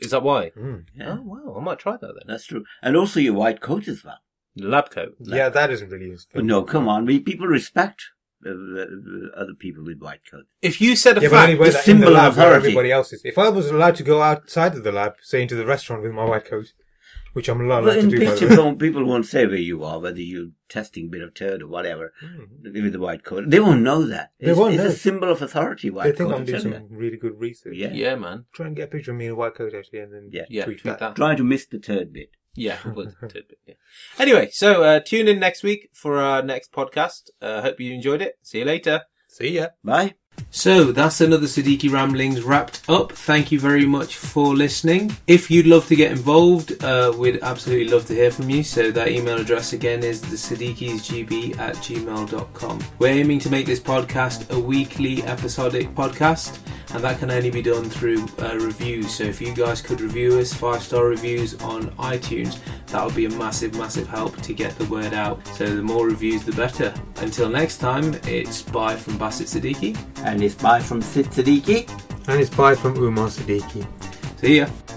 Speaker 1: Is that why?
Speaker 3: Mm.
Speaker 2: Yeah.
Speaker 1: Oh, wow. I might try that then.
Speaker 2: That's true. And also your white coat as well.
Speaker 1: Lab coat.
Speaker 3: Yeah, that isn't really useful.
Speaker 2: But no, come on. We, people respect uh, uh, other people with white coats.
Speaker 1: If you said a
Speaker 3: Yeah, but
Speaker 1: fact,
Speaker 3: I only wear
Speaker 2: the
Speaker 3: that in the
Speaker 2: symbol of
Speaker 3: lab where
Speaker 2: authority.
Speaker 3: everybody else is. If I was allowed to go outside of the lab, say into the restaurant with my white coat, which I'm not allowed
Speaker 2: But
Speaker 3: to
Speaker 2: in
Speaker 3: do, by the
Speaker 2: pictures,
Speaker 3: way.
Speaker 2: don't- people won't say where you are, whether you're testing a bit of turd or whatever with the white coat. They won't know that.
Speaker 3: Hmm. They
Speaker 2: it's
Speaker 3: won't
Speaker 2: it's a
Speaker 3: know.
Speaker 2: symbol of authority, white
Speaker 3: they think
Speaker 2: coat.
Speaker 3: I'm doing
Speaker 2: isn't it?
Speaker 3: some really good research.
Speaker 2: Yeah.
Speaker 1: yeah, man.
Speaker 3: Try and get a picture of me in a white coat actually, and then
Speaker 2: Yeah.
Speaker 1: Yeah,
Speaker 3: tweet
Speaker 1: tweet
Speaker 3: that.
Speaker 1: that.
Speaker 2: Try to miss the turd bit.
Speaker 1: Yeah, we'll do it, yeah. Anyway, so uh, tune in next week for our next podcast. Uh, hope you enjoyed it. See you later.
Speaker 3: See ya.
Speaker 2: Bye.
Speaker 4: So that's another Siddiqui Ramblings wrapped up. Thank you very much for listening. If you'd love to get involved, uh, we'd absolutely love to hear from you. So that email address again is thesiddiquisgb at gmail.com. We're aiming to make this podcast a weekly episodic podcast, and that can only be done through uh, reviews. So if you guys could review us, five star reviews on iTunes, that would be a massive, massive help to get the word out. So the more reviews, the better. Until next time, it's bye from Bassett Siddiqui.
Speaker 2: And it's bye from Sid Siddiqui.
Speaker 3: And it's bye from Umar Siddiqui.
Speaker 4: See ya.